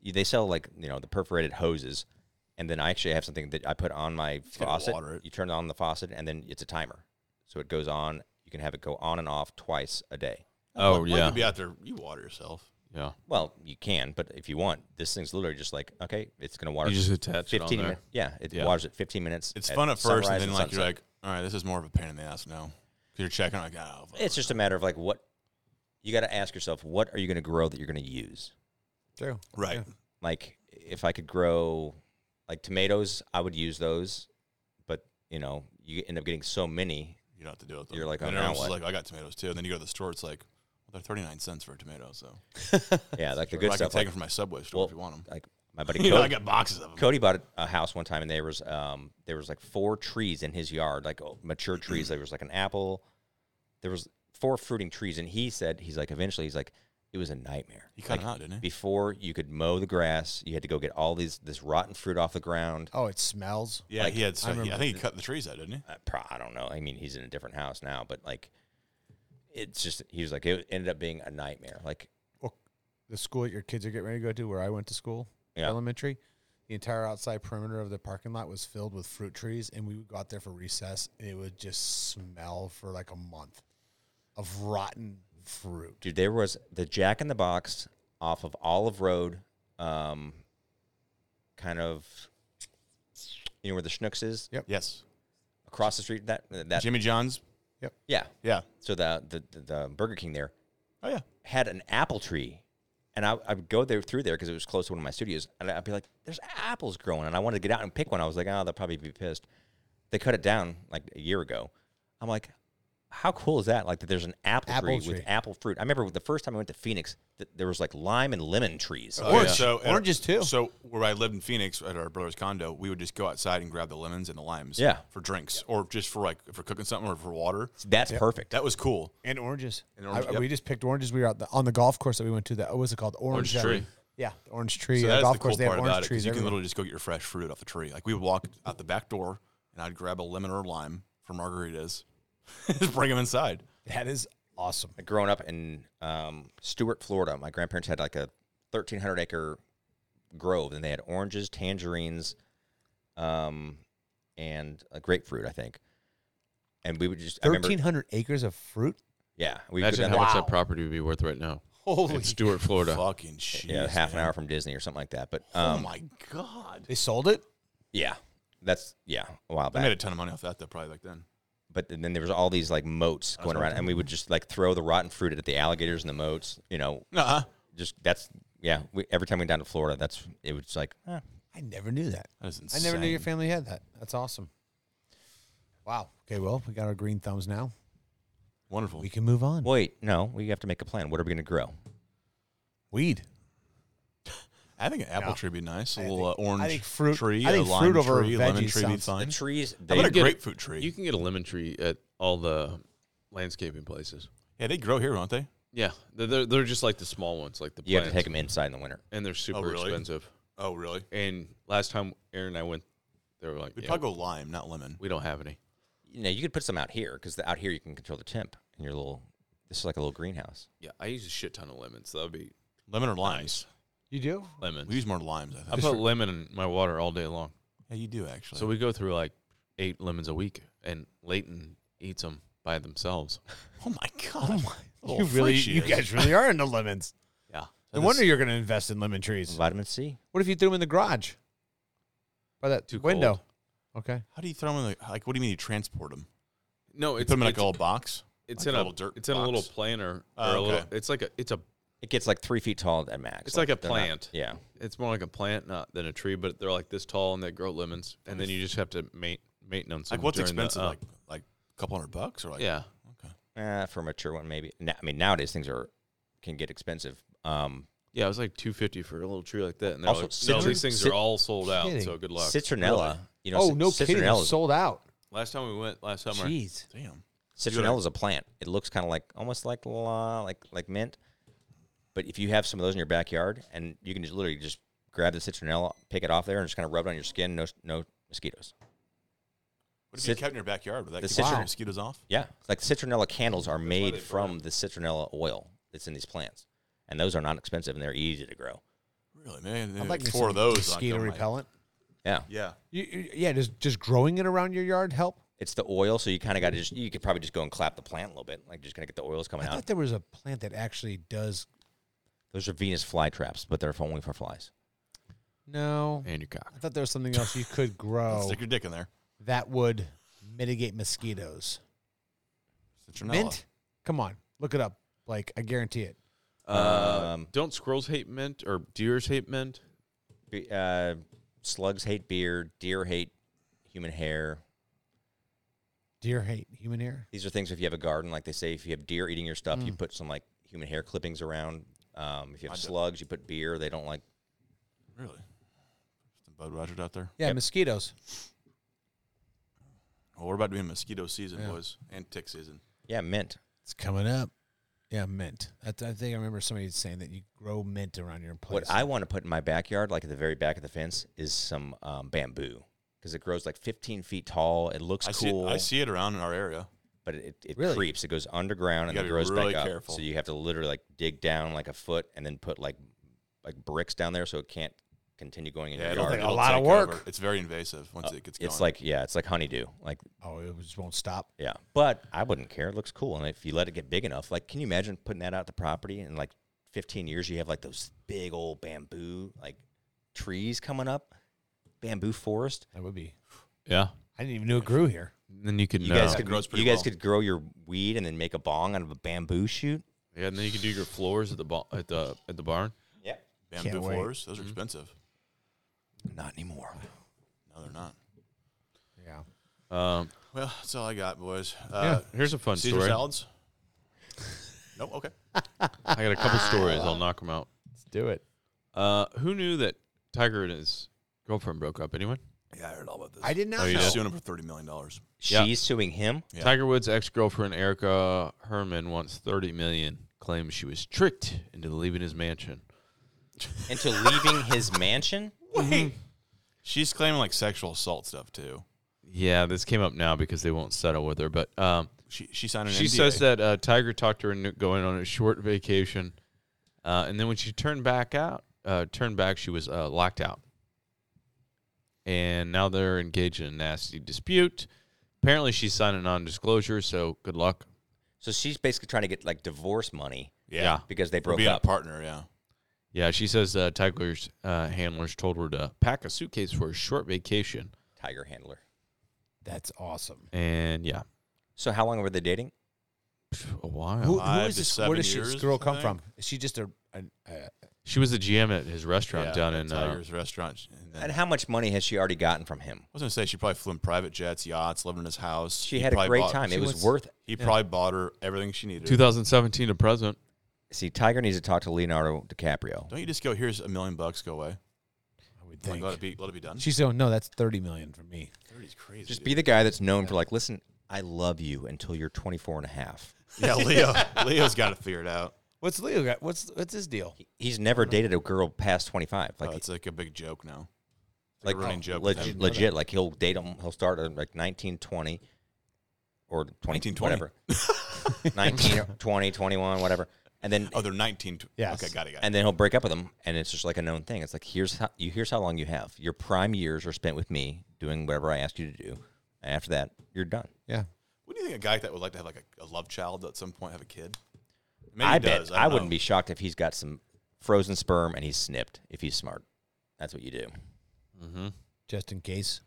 You, they sell like you know the perforated hoses, and then I actually have something that I put on my gotta faucet. water it. You turn on the faucet, and then it's a timer, so it goes on. You can have it go on and off twice a day. Oh Why yeah, could be out there. You water yourself. yeah. Well, you can, but if you want, this thinging's literally just like okay, it's gonna water You just attach it on fifteen there. minutes. Yeah, it Yeah. waters it fifteen minutes. It's fun at first, sunrise and then like you're sunset. like, all right, this is more of a pain in the ass now. 'Cause You're checking like, oh, fuck. it's just a matter of like what you got to ask yourself: what are you gonna grow that you're gonna use? True. right. like if I could grow like tomatoes, I would use those. But you know, you end up getting so many. You don't have to do it. You're like, oh, and now everyone's just what? like, I got tomatoes too. And then you go to the store, it's like, they're thirty nine cents for a tomato, so Yeah, like the Or good I stuff. can take Like, them from my Subway store well, if you want them. like my buddy You know, I Cody, got boxes of them. Cody bought a house one time, and there was um there was like four trees in his yard, like oh, mature trees. there was like an apple. There was four fruiting trees, and he said he's like eventually he's like it was a nightmare. He cut Like, them out, didn't he? Before you could mow the grass, you had to go get all these this rotten fruit off the ground. Oh, it smells. Yeah, he had. I I, I remember think he cut the trees out, didn't he? I, pro- I don't know. I mean, he's in a different house now, but like, it's just he was like it ended up being a nightmare. Like, The school that your kids are getting ready to go to, where I went to school, Yeah. elementary, the entire outside perimeter of the parking lot was filled with fruit trees, and we would go out there for recess. and It would just smell for like a month of rotten fruit. dude, there was the Jack in the Box off of Olive Road, um, kind of, you know where the Schnooks is Yep. Yes. across the street. That that Jimmy John's. yeah. Yeah. So the, the the the Burger King there Oh yeah. had an apple tree. And I, I would go there through there because it was close to one of my studios. And I'd be like, there's apples growing. And I wanted to get out and pick one. I was like, oh, they'll probably be pissed. They cut it down like a year ago. I'm like, how cool is that? Like that there's an apple, Apple tree, tree. with apple fruit. I remember the first time I went to Phoenix, th- there was like lime and lemon trees. Oh, Orange. yeah. So, at- Oranges, too. So where I lived in Phoenix at our brother's condo, we would just go outside and grab the lemons and the limes. Yeah. For drinks or just for like for cooking something or for water. That's perfect. That was cool. And oranges. And orange- I- yep. We just picked oranges. We were out the, on the golf course that we went to. That what was it called? Orange Alley. tree. Yeah, the orange tree. So uh, that's golf the course. cool they have part orange about it trees. because you can everywhere. literally just go get your fresh fruit off the tree. Like we would walk out the back door and I'd grab a lemon or a lime for margaritas, just bring them inside. that is awesome. Like, growing up in um, Stewart, Florida, my grandparents had like a 1,300 acre grove, and they had oranges, tangerines, um, and a grapefruit, I think. And we would just I remember, Thirteen hundred acres of fruit. yeah, we would go Imagine down how there- much that property would be worth right now. Holy! In Stuart, Florida. Fucking shit. yeah, half an hour from Disney or something like that. But Oh um, my god. They sold it. yeah, that's yeah, a while I made a back. ton of money off that though, probably back then. But then there was all these like moats going around, and we would just like throw the rotten fruit at the alligators in the moats. You know, Nuh-uh. just that's yeah. We, every time we went down to Florida, that's it was like eh, I never knew that. That is I insane. never knew your family had that. That's awesome. Wow. Okay. Well, we got our green thumbs now. Wonderful. We can move on. Wait, no, we have to make a plan. What are we going to grow? Weed. I think an apple tree would be nice. A little uh, orange I think fruit- tree, I think a lime fruit over tree, lemon veggies tree would be sounds- The fine. trees, Mm-hmm. How they, about a You get- grapefruit tree? You can get a lemon tree at all the landscaping places. yeah, they grow here, don't they? Yeah, they're they're, they're just like the small ones, like the you have to plants, take them inside in the winter. and they're super really? expensive. Oh, really? And last time Aaron and I went, they were like, We'd yeah, probably go lime, not lemon. we don't have any. You know, you could put some out here because out here you can control the temp in your little. This is like a little greenhouse. Yeah, I use a shit ton of lemons. That would be Lemon or limes? You do? lemons. We use more limes, I I think. put lemon in my water all day long. yeah, you do actually. So we go through like eight lemons a week, and Leighton eats them by themselves. oh my god! Little you really? freak she You is. guys really are into lemons. Yeah, No wonder you're going to invest in lemon trees. Vitamin C. What if you threw them in the garage? By that Too window. Okay. How do you throw them in the like? What do you mean you transport them? no, You it's put them in like it's, a little box. it's like in a a little dirt it's in a little box. planter. Or Oh, a little, okay. it's like a it's a It gets like three feet tall at max. It's like a they're not- plant. yeah. it's more like a plant not than a tree, but they're like this tall and they grow lemons, and then you just have to ma- maintenance. Like them what's during the, expensive? uh, like like a couple hundred bucks or like yeah, Okay. Uh, for a mature one, maybe. Na- I mean, nowadays things are can get expensive. Um, yeah, it was like two fifty for a little tree like that, and they're Also, like, no, citron- these things cit- are all sold out, kidding. so good luck. citronella. You know, oh cit- no! Kidding. citronella It's is- sold out. Last time we went last summer, Jeez. Damn. Citronella is a plant. It looks kind of like almost like la, like like mint. But if you have some of those in your backyard, and you can just literally just grab the citronella, pick it off there, and just kind of rub it on your skin. No, no mosquitoes. What if you Cit- kept in your backyard? Would that the keep all the citron- mosquitoes off? Yeah, it's like citronella candles are made from the citronella oil that's in these plants, and those are not expensive and they're easy to grow. Really? Man, I'd I'd like like to four see of those. like, Mosquito on my- repellent. Yeah, Yeah. You, you- yeah, just just growing it around your yard help. it's the oil, so you kind of got to just you could probably just go and clap the plant a little bit, like just gonna get the oils coming I out. thought there was a plant that actually does. Those are Venus fly traps, but they're only for flies. No, and your cock. I thought there was something else you could grow Stick your dick in there. that would mitigate mosquitoes. Citronella. Mint? Come on, look it up. Like I guarantee it. Uh, Um, don't squirrels hate mint or deers hate mint? Be- uh, slugs hate beer, deer hate human hair. Deer hate human hair. Mm. These are things if you have a garden, like they say, if you have deer eating your stuff, you put some like human hair clippings around. Um, if you have slugs, you put beer. They don't like Really? Some Bud Rogers out there. Yeah, mosquitoes. Well, we're about to be in mosquito season, boys, and tick season. yeah mint. It's coming up. Yeah, mint. I, th- I think I remember somebody saying that you grow mint around your place. What I want to put in my backyard, like at the very back of the fence, is some um, bamboo because it grows like 15 feet tall. It looks I cool, see. I see it around in our area. but it, it Really? creeps. It goes underground and gotta then be grows really back up. careful. So you have to literally like dig down like a foot and then put like like bricks down there so it can't continue going in Yeah, your it'll- yard. think a it'll lot of take work. over. It's very invasive once it gets going. it's like yeah, it's like honeydew. Like oh, it just won't stop. yeah, but I wouldn't care. It looks cool, and if you let it get big enough, like can you imagine putting that out the property and like 15 years you have like those big old bamboo like trees coming up, bamboo forest. That would be. Yeah. I didn't even know it grew here. And then you could You know. guys That could grows pretty you guys well. could grow your weed and then make a bong out of a bamboo shoot. yeah, and then you could do your floors at the ba- at the at the barn. Yeah, bamboo Can't wait. floors. Those are expensive. not anymore. No, they're not. Yeah. Um, Well, that's all I got, boys. yeah, Uh, here's a fun Caesar story. salads. nope. Okay. I got a couple stories. I'll knock them out. Let's do it. Uh, who knew that Tiger and his girlfriend broke up? Anyone? Yeah, I heard all about this. I did not you know. did? She's suing him for thirty million dollars. Yeah. She's suing him. Yeah. Tiger Woods' ex-girlfriend Erica Herman wants 30 million. Claims she was tricked into leaving his mansion. into leaving his mansion. She's claiming like sexual assault stuff too. Yeah, this came up now because they won't settle with her. But um, She she signed an. she NDA. says that uh, Tiger talked her into going on a short vacation, uh, and then when she turned back out, uh, turned back, she was uh, locked out. And now they're engaged in a nasty dispute. Apparently, she signed a non-disclosure, so good luck. So she's basically trying to get like divorce money Yeah. because they for broke being up. a partner. Yeah. Yeah, she says uh, Tiger's uh, handlers told her to pack a suitcase for a short vacation, Tiger handler. That's awesome. and yeah, So how long were they dating? a while. Who, who five is to this? seven Where does she, this years, girl I come think. from? Is she just a? An, uh, She was the GM at his restaurant yeah, down at in. Uh, Tiger's restaurant. And then, And how much money has she already gotten from him? I was gonna say she probably flew in private jets, yachts, lived in his house. She He had a probably great bought- time. she It was wants- worth. He probably bought her everything she needed. 2017 to present. See, Tiger needs to talk to Leonardo DiCaprio. Don't you just go? Here's a million bucks. Go away. I would Like, think. let it be. Let it be done. She's going. No, that's thirty million for me. Thirty's crazy. Just dude. be the guy that's known for like, listen, I love you until you're 24 and a half. yeah, Leo. Leo's got it figured out. What's Leo got? What's what's his deal? He's never dated a girl past 25. Like, Like Uh-huh. Oh, it's like a big joke now. It's like a running joke. with legit, them. legit. Like he'll date him. He'll start at like 19, 20, or 20, 1920. whatever. 19, 20, 21, whatever. And then Oh, they're nineteen. Tw- Yes. Okay, got it. Got it. and then he'll break up with them, and it's just like a known thing. It's like here's how you here's how long you have. Your prime years are spent with me doing whatever I ask you to do. And after that, you're done. Yeah. Wouldn't you think a guy like that would like to have like a, a love child at some point, have a kid? I he bet does, I, don't wouldn't know. be shocked if he's got some frozen sperm and he's snipped if he's smart. That's what you do. Just in case.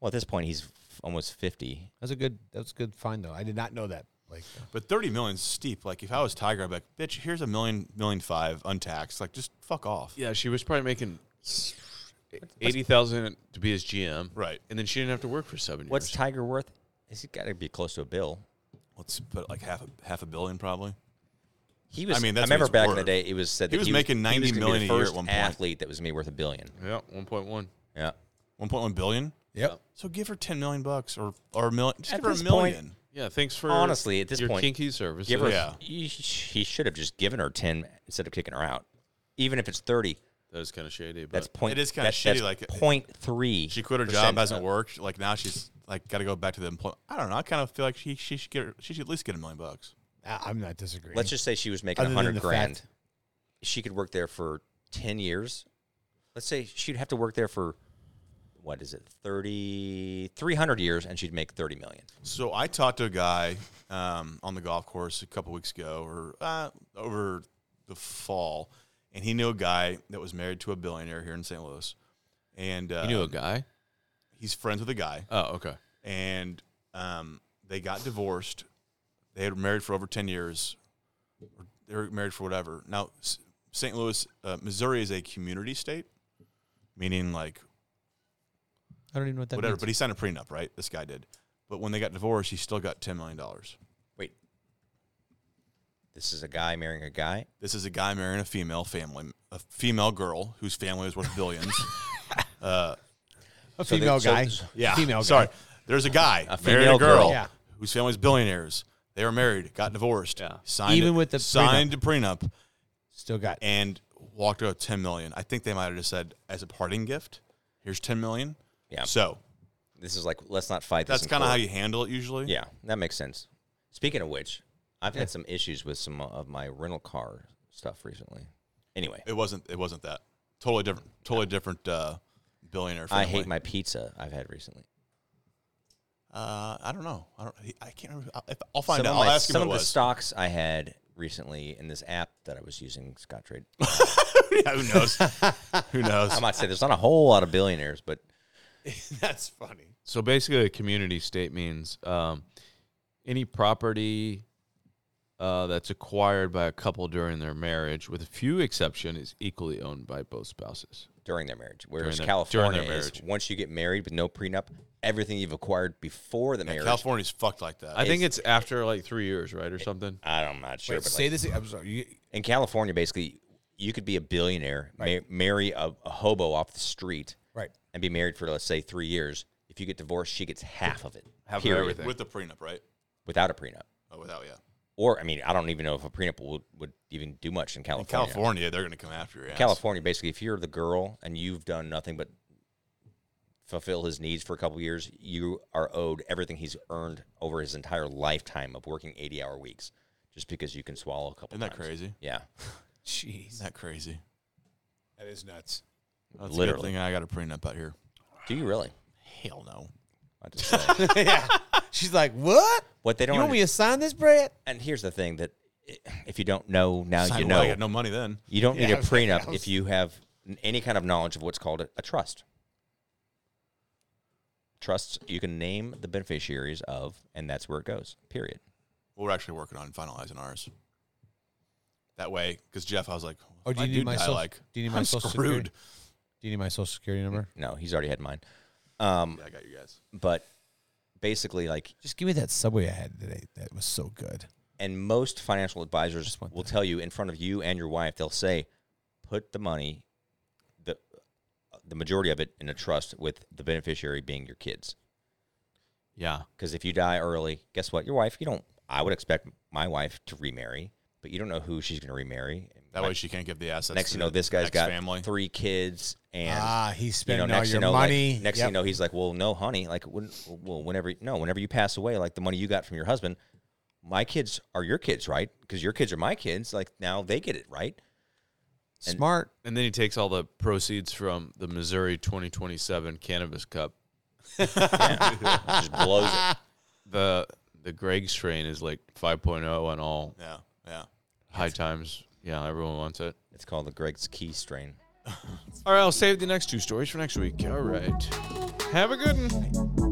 Well, at this point, he's f- almost fifty. That's a good. That's a good find though. I did not know that. Like uh, But thirty million's steep. Like if I was Tiger, I'd be like, bitch, here's a million, million five, untaxed. Like just fuck off. Yeah, she was probably making eighty thousand to be his GM, Right. And then she didn't have to work for seven What's years. Tiger worth? Is he got to be close to a bill? Let's put like half a half a billion probably. He was. I I mean, mean, that's I remember what back he's in the worth. day, it was said that He was making he was gonna be 90 the million a year at first one point. Athlete that was gonna be worth a billion. yeah, one point one. Yeah. One point one billion. Yep. So give her ten million bucks or or a million. Just At give her this a million. Yeah, thanks for Honestly, at this your point, kinky service. Give her. Yeah. He, he should have just given her ten instead of kicking her out. Even if it's thirty, that is kind of shady. But that's point. It is kinda that- that's shitty, like- point three. She quit her job, percent hasn't of- worked. Like now she's like got to go back to the employment. I don't know. I kind of feel like she she should get her, she should at least get a million bucks. I, I'm not disagreeing. Let's just say she was making Other than a hundred the grand. fact- She could work there for ten years. Let's say she'd have to work there for what is it 30 300 years and she'd make 30 million So I talked to a guy um, on the golf course a couple weeks ago, or uh, over the fall, and he knew a guy that was married to a billionaire here in St. Louis, and uh, you um, knew a guy. he's friends with a guy, Oh, okay. and um, they got divorced. They had married for over ten years, or they were married for whatever. Now, S- St. Louis, uh, Missouri, is a community state, meaning like I don't even know what that whatever. means. But he signed a prenup, right? This guy did. But when they got divorced, he still got ten million dollars. wait this This is a guy marrying a guy. This is a guy marrying a female family, a female girl whose family is worth billions. A So they- female so- guy. yeah, Female guy. Sorry, there's a guy A married female a girl, girl. Yeah. whose family's billionaires. They were married, got divorced, Yeah. signed Even a- with the signed a prenup, Still got and walked out with ten million. I think they might have just said as a parting gift, "Here's ten million. Yeah. So This is like let's not fight. that's this in kind of court. how you handle it usually. Yeah, that makes sense. Speaking of which, I've had some issues with some of my rental car stuff recently. Anyway, It wasn't. It wasn't that. Totally different. Totally different. Uh, billionaire. Family. I hate my pizza I've had recently. Uh, I don't know. I don't. I can't remember. I'll, if, I'll find some out. of, I'll my- ask him some what it of the was. stocks I had recently in this app that I was using, Scottrade. yeah, who knows? who knows? I might say there's not a whole lot of billionaires, but That's funny. So basically, a community state means um, any property uh, that's acquired by a couple during their marriage, with a few exception, is equally owned by both spouses. during their marriage. Whereas During their- during California their is marriage. once you get married with no prenup, everything you've acquired before the marriage. California's fucked like that. I think it's after like three years, right, or something. I don't, I'm not sure, Wait, but say like, uh, this. I'm sorry. You, in California, basically, you could be a billionaire, ma- marry a, a hobo off the street, right. and be married for let's say three years. If you get divorced, she gets half of it. Half of period, everything. with the prenup, right? without a prenup. Oh, without yeah. Or I mean, I don't even know if a prenup would, would even do much in In California. California, they're gonna come after your ass. California, basically, if you're the girl and you've done nothing but fulfill his needs for a couple years, you are owed everything he's earned over his entire lifetime of working 80 hour weeks just because you can swallow a couple Isn't that times. crazy? Yeah. Jeez. Isn't that crazy? That is nuts. That's Literally. A good thing I got a prenup out here. Do you really? Hell no. I just said. She's like, what? what they don't You want me to sign this, Brad? and here's the thing that i- if you don't know now Sign Uh, you away, know I got no money then. you don't need Yeah, I a was thinking- I prenup was- if you have n- any kind of knowledge of what's called a, a trust trusts you can name the beneficiaries of and that's where it goes period We're actually working on finalizing ours. That way, because Jeff, I was like, Or if Oh, do I you need my die, social? like, do you need my I'm social screwed. security? Do you need my social security number? No, he's already had mine. Um, Yeah, I got you guys. but basically, like, Just give me that subway I had today. That was so good. and most financial advisors Just want will that. tell you in front of you and your wife, they'll say, put the money, the the majority of it, in a trust with the beneficiary being your kids. Yeah, Because if you die early, guess what? Your wife, you don't. I would expect my wife to remarry, but you don't know who she's going to remarry. That My- way she can't give the assets. next to you know, the this guy's next got family. three kids and. ah, he's you know, spending all next your you know, like- money. next Yep. you know, he's like, "Well, no, honey, like, when, well, whenever, no, whenever you pass away, like the money you got from your husband, my kids are your kids, right? Because your kids are my kids. Like now they get it, right? and- smart. and then he takes all the proceeds from the Missouri 2027 Cannabis Cup. Yeah. Just blows it. the The Greg strain is like 5.0 on all Yeah, yeah. high times. Yeah, everyone wants it. It's called the Greg's Key strain. All right, I'll save the next two stories for next week. All right. Have a good one.